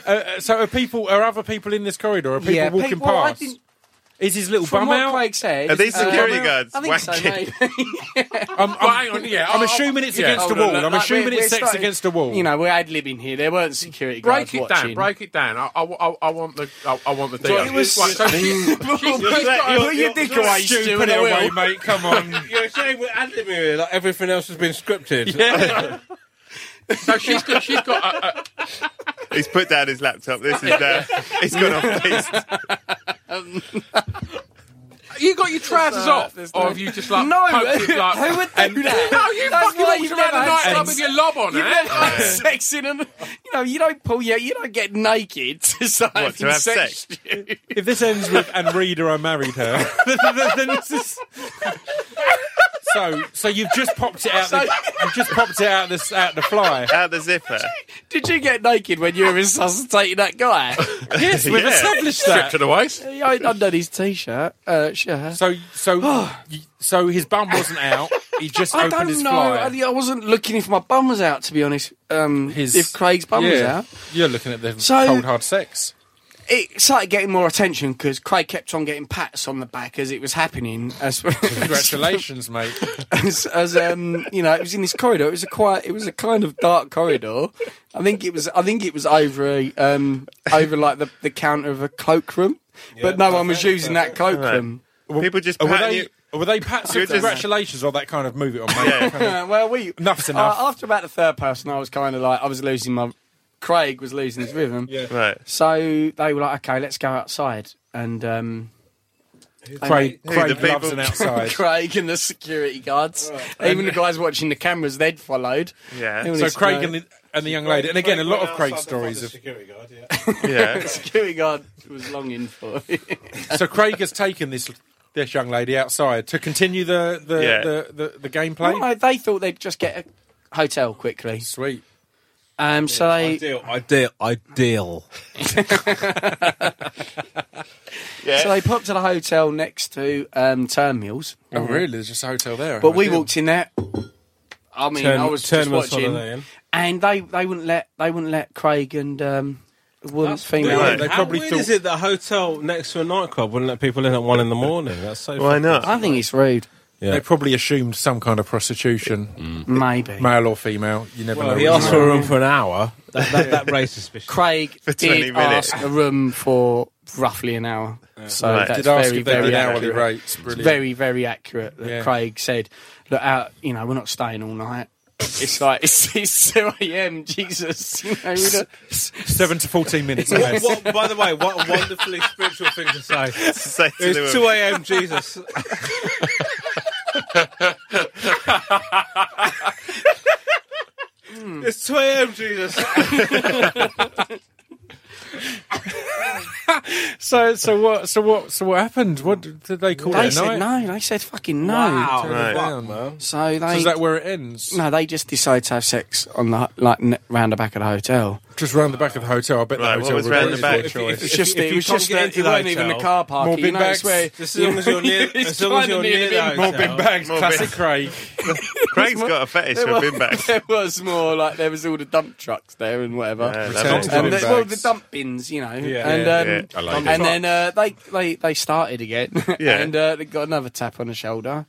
A: Uh, so are people? Are other people in this corridor? Are people walking
E: Pete- well, I
A: past?
E: didn't-
A: Is his little
E: From
A: bum
E: what
A: out?
E: Craig said,
D: Are these
E: uh,
D: security
A: uh,
D: guards
E: I think so,
D: wanking?
E: mate.
A: I'm, I'm, yeah, I'm assuming it's against the
F: hold on,
A: wall. I'm
E: Like,
A: assuming
E: we're-
A: it's
E: we're
A: sex
E: starting-
A: against the wall.
E: You know, we're ad libbing here. There weren't security guards
F: Break it
E: watching.
F: down. Break it down. I, I, I, I want the. I, I want the.
E: Well,
F: details.
E: it was-
F: Right, so she-
E: Put your dick away,
A: Stu,
E: Stu,
A: put it
E: and I will.
A: away, mate. Come on.
B: You're saying we're ad here like everything else has been scripted.
F: So she's got, she's got
E: uh,
F: a, a,
D: He's put down his laptop. This is now. He's gone off piste.
F: you got your trousers off, or have you just like
E: No,
F: poked it, like,
E: who would do that?
F: No, you
E: That's
F: fucking
E: why
F: walked
E: you've never
F: around the
E: had
F: nightclub
E: sex.
F: with your lob on,
E: You
F: eh?
E: don't have sex in an, you know, you don't pull your, you don't get naked to start
D: What,
E: having
D: to have
E: sex.
A: if this ends with "and reader, I married her," then, then- then this is. So, so you've just popped it out. The, you've just popped it out the out the fly.
D: out the zipper.
E: Did you get naked when you were resuscitating that guy?
A: Yes, we've
D: Yeah.
A: established that.
F: to the waist.
E: I undone his t-shirt, uh, shirt.
A: So, so, y- so his bum wasn't out. He just
E: I
A: opened his
E: don't know.
A: fly.
E: I, I wasn't looking if my bum was out, to be honest. Um,
A: His-
E: if Craig's bum was out,
A: You're looking at the
E: So-
A: cold hard sex.
E: it started getting more attention because Craig kept on getting pats on the back as it was happening. As
A: Congratulations, mate.
E: as, as um, you know, it was in this corridor. It was a quiet. It was a kind of dark corridor. I think it was. I think it was over a, um, over like the, the counter of a cloakroom, but no one was using that cloakroom.
D: People just
A: Oh, Were
D: patting
A: they,
D: you.
A: were they pats
D: You're
A: of
D: just-
A: congratulations or that kind of move it on, mate?
E: Uh, well, we
A: Enough's enough.
E: Uh, after about the third person, I was kind of like I was losing my. Craig was losing his rhythm. Yeah.
D: Right.
E: So they were like, okay, let's go outside. And um,
A: Craig,
D: Who, the
A: Craig
D: people-
A: loves an outside.
E: Craig and the security guards, even the guys watching the cameras, they'd followed.
D: Yeah.
E: Even
A: so
E: this
A: Craig
E: guy-
A: and the, and the young lady, and again, a lot of Craig's stories. Of,
D: Yeah.
E: security guard was longing for.
A: so Craig has taken this this young lady outside to continue the the
D: Yeah.
A: the, the, the gameplay.
E: no, they thought they'd just get a hotel quickly.
A: Sweet.
E: Um, so they
B: Ideal, ideal, ideal.
E: so they popped to the hotel next to um, Turnmills.
A: Oh, really? There's just a hotel there.
E: But we walked in there. I mean, I was just
B: Turnman's
E: watching,
B: Holiday Inn.
E: and they, they wouldn't let they wouldn't let Craig and um, the woman, female.
A: weird.
E: in.
A: They
B: How
A: probably
B: weird
A: thought-
B: is it that a hotel next to a nightclub wouldn't let people in at one in the morning? That's so.
D: Why
B: fucking-
D: not?
E: I think it's rude.
B: Yeah.
A: They probably assumed some kind of prostitution,
E: Maybe.
A: male or female. You never know.
B: Well, he
A: really.
B: asked for a room for an hour. That, that, that raised suspicion.
E: Craig did
D: 20 minutes.
E: ask a room for roughly an hour. So
D: Right.
E: that's
A: did ask
E: very,
A: if they
E: very
A: did
E: accurate.
A: hourly rates.
E: It's
A: Brilliant.
E: very, very accurate that
A: Yeah.
E: Craig said, look, out, you know, we're not staying all night. It's like, it's, it's 2 a.m., Jesus. You know, we don't-
A: Seven to fourteen minutes.
B: What-
A: ahead.
B: what- by the way, what a wonderfully spiritual thing to say.
D: Say to
B: It's
D: the
B: 2 a.m. Jesus. it's 2 a.m. Jesus.
A: so so what so what so what happened? What did did they call
E: they
A: it? a
E: said
A: night?
E: no. They said fucking no.
B: Wow.
A: Turn it
D: Right.
A: down.
E: So
A: So
E: they
A: is that where it ends?
E: no, they just decided to have sex on the like n- round the back of the hotel.
A: Just round the back of the hotel. I bet
D: Right,
A: the
D: what
A: hotel
D: was
A: was
D: round the back?
A: Choice.
B: If- if-
E: It's just
B: if
E: it
B: you
E: was
B: can't
E: just
B: get
E: that
B: into
E: it
B: the
E: weren't even a
B: hotel,
E: car park.
A: more
E: you
A: bin
E: know, it's
A: bags.
E: where-
B: As long as you're near,
E: It's
B: as long as
E: kinda
B: you're
E: near
B: near
E: the
B: the
E: hotel.
A: More
B: hotel.
A: bin bags.
D: More
A: classic
D: bin-
A: Craig.
D: Craig's got a fetish for bin bags.
E: there was more like there was all the dump trucks there and whatever.
D: Yeah,
A: Return
D: that's
A: to
D: all
E: and the,
A: bin
D: good.
E: well,
A: bags.
E: the dump bins, you know,
B: Yeah.
E: and
B: Yeah,
E: um,
D: yeah.
F: I like
E: and
F: it.
E: then uh, they they they started again,
D: Yeah.
E: and uh, they got another tap on the shoulder,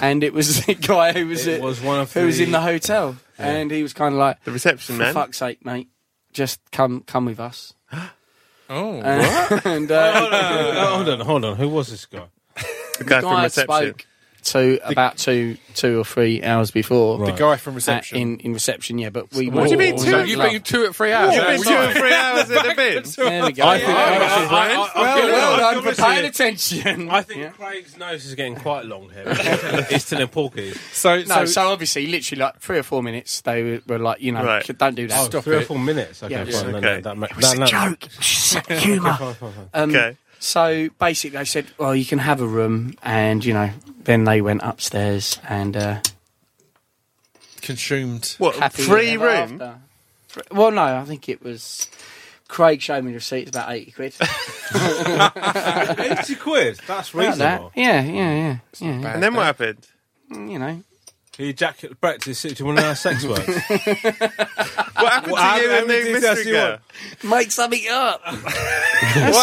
E: and it was the guy who was
B: It
E: at-
B: was one of
E: who was in
B: the- uh,
E: the hotel, and he was kind of like,
D: The reception
E: "For
D: man.
E: fuck's sake, mate, just come come with us."
A: Oh,
E: And, and uh,
B: Oh, hold on, hold on. Who was this guy?
D: The guy from
E: guy
D: reception.
E: spoke to about two two or three hours before.
B: Right.
A: the guy from
E: uh,
A: reception.
E: in in reception, yeah, but we.
F: What do you mean
E: we
F: two?
E: don't
F: You've
E: love-
F: been two at three hours.
D: You've been two or three hours in the bin.
E: There we go.
B: I think-
E: Yeah.
B: I- I- I- I-
E: well,
B: I'll give it- I'll
E: well done
B: give
E: for
B: it to
E: paying
B: you.
E: attention.
B: I think Craig's nose is getting quite long here. He's telling porkies.
A: so
E: No,
A: so,
E: so, obviously, literally like three or four minutes, they were, were like, you know,
D: Right.
E: "Kid, don't do that.
B: Oh,
E: Stop
B: three or
A: it.
B: four minutes. Okay,
E: Yeah, it's
B: fine. No,
D: okay.
B: no, that ma-
E: it was
B: no, no.
E: a joke. It's just humour. Um,
D: Okay.
E: So basically, they said, well, you can have a room, and you know, then they went upstairs and uh,
A: consumed.
D: What,
E: happy
D: free
E: ever
D: room?
E: after. Fr- Well, no, I think it was. Craig showed me the receipt. It's about eighty quid.
B: Eighty quid. That's
E: About that.
B: reasonable.
E: Yeah, yeah, yeah, yeah.
D: And then what happened?
E: You know,
B: He jacket Brett to sit to one of our sex works.
D: What happened
B: What
D: to you and
B: happened? How
D: the
B: many details do
D: mystery
B: you
D: girl?
B: want?
E: make something up.
D: What
E: That's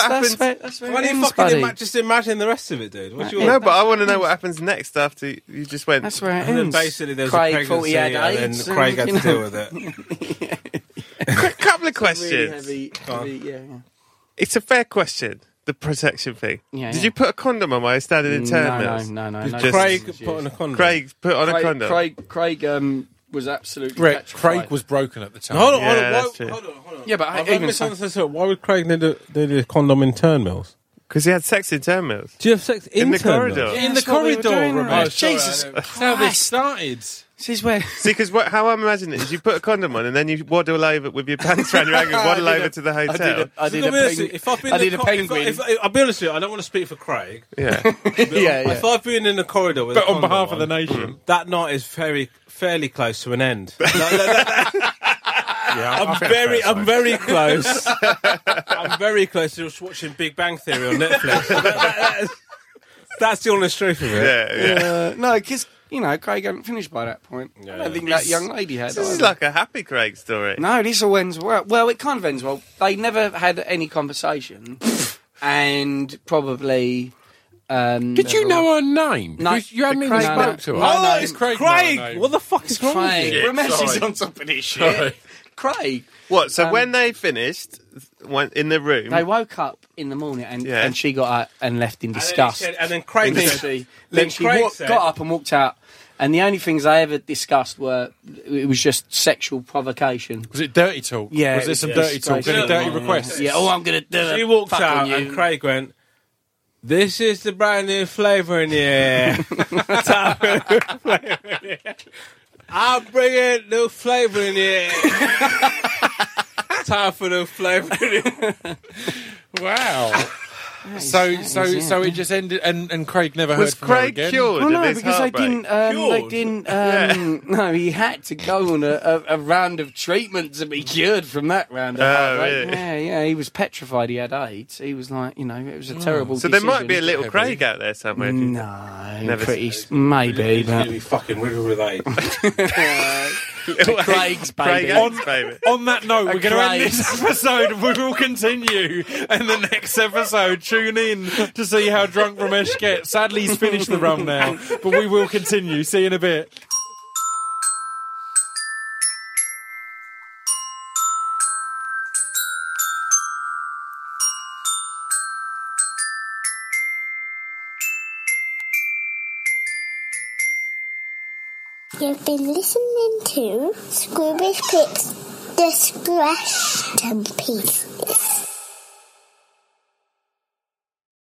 D: happened?
E: where, that's where
B: Why
E: it
B: do you
E: ends,
B: fucking
E: buddy.
B: ima- just imagine the rest of it, dude? What do you want?
D: No, but I want to know what happens next after you just went.
E: That's where it
B: And then
E: ends.
B: basically there's
E: Craig
B: a
E: thought he
B: pregnancy
E: had
B: and
E: AIDS
B: then Craig had
E: and, you
B: to
E: know,
B: deal with it.
D: A couple of questions.
E: Really heavy, heavy, yeah, yeah.
D: It's a fair question. The protection thing.
E: Yeah,
D: Did
E: yeah.
D: you put a condom on while you standing in turn
E: no, no, no, no, no.
D: Just-
B: Craig
E: Craig,
B: put on a condom.
D: Craig put on a
E: Craig,
D: condom.
E: Craig, Craig um, was absolutely.
A: Craig,
E: petrified.
A: Craig was broken at the time.
B: Hold on,
D: Yeah,
B: hold, on
D: that's
B: why,
D: true.
B: hold on, hold on.
E: Yeah, but I-
B: I've
E: even so-
B: misunderstood. Why would Craig need a, need a condom in turn mills?
D: Because he had sex in turn mills.
B: Do you have sex in,
D: In the
B: turn mills?
D: corridor.
E: Yeah,
A: in the
E: that's what we were
A: corridor,
E: doing,
A: Ramesh.
E: right?
A: Oh,
B: sorry,
E: Jesus
B: I know.
E: Christ!
A: How they started.
E: This is where.
D: See, because how I'm imagining it is you put a condom on and then you waddle over with your pants around your ankles, waddle over to the
E: I did
D: hotel.
E: a, I
B: To
E: did
B: be
E: a,
B: honest,
E: peng-
B: if I've been
E: I
B: in
E: did
B: the
E: a
B: cor-
E: penguin.
B: If, I- if, I'll be honest with you, I don't want to speak for Craig.
D: Yeah.
E: yeah, yeah.
B: If I've been in the corridor with a
A: But on
B: condom Mm.
A: behalf of the nation,
B: that night is very fairly close to an end. That- that- that-
F: Yeah,
B: I'm very, I'm very close. I'm very close to just watching Big Bang Theory on Netflix. That- that is- that's the honest truth of it.
D: Yeah, yeah.
E: Uh, no, because you know Craig hadn't finished by that point. I don't think that young lady had.
D: This is
E: either.
D: like a happy Craig story.
E: No, this all ends well. Well, it kind of ends well. They never had any conversation, and probably. Um,
F: Did you know her name?
E: No.
F: Because you hadn't even
E: Craig- no,
F: spoke to
E: no.
A: Oh,
F: her.
E: No, no.
B: it's Craig. um, Craig, what the fuck is wrong with you?
E: Craig? Ramesh is
F: sorry.
E: on top of this shit. Craig,
D: What? So
E: Um,
D: when they finished when, in the room,
E: they woke up in the morning and,
D: Yeah.
E: and she got up and left in
B: And then he
E: disgust.
B: said- And then Craig
E: then
B: said-
E: she,
B: then
E: then she
B: Craig
E: walked,
B: said-
E: got up and walked out. And the only things I ever discussed were it was just sexual provocation.
A: was it dirty talk?
E: Yeah,
A: was
E: it
A: there
E: was
A: some
E: just
A: dirty talk? Any
B: disgraceful.
A: dirty
B: Yeah.
A: requests?
E: Yeah, oh, I'm gonna do it.
B: She walked
E: Fuck
B: out,
E: on you.
B: and Craig went, "This is the brand new flavour in here. I'll bring it new flavour in here. Time for new flavour in here.
A: Wow. so so
E: yeah.
A: so it just ended, and, and Craig never
D: was
A: heard from her
D: Craig
A: again.
D: cured of
E: Well, Oh, no,
D: his
E: because they
D: heartbreak?
E: didn't. Um, they
B: Cured?
E: didn't. Um, No, he had to go on a, a, a round of treatment to be cured from that round. Of
D: Oh,
E: heartbreak.
D: really?
E: Yeah, yeah. He was petrified. He had AIDS. He was like, you know, it was a terrible.
D: Hmm. So there might
E: decision.
D: be a little Craig out there somewhere.
E: No,
D: Never
E: pretty s- maybe, but
B: fucking riddled with
E: Craig's baby.
D: Craig Addams, baby.
A: On that note, we're going to end
E: Christ.
A: this episode. We will continue in the next episode. Tune in to see how drunk Ramesh gets. Sadly, he's finished the rum now, but we will continue. See you in a bit.
H: You've been listening to Scroobius Picks Discretion Piece.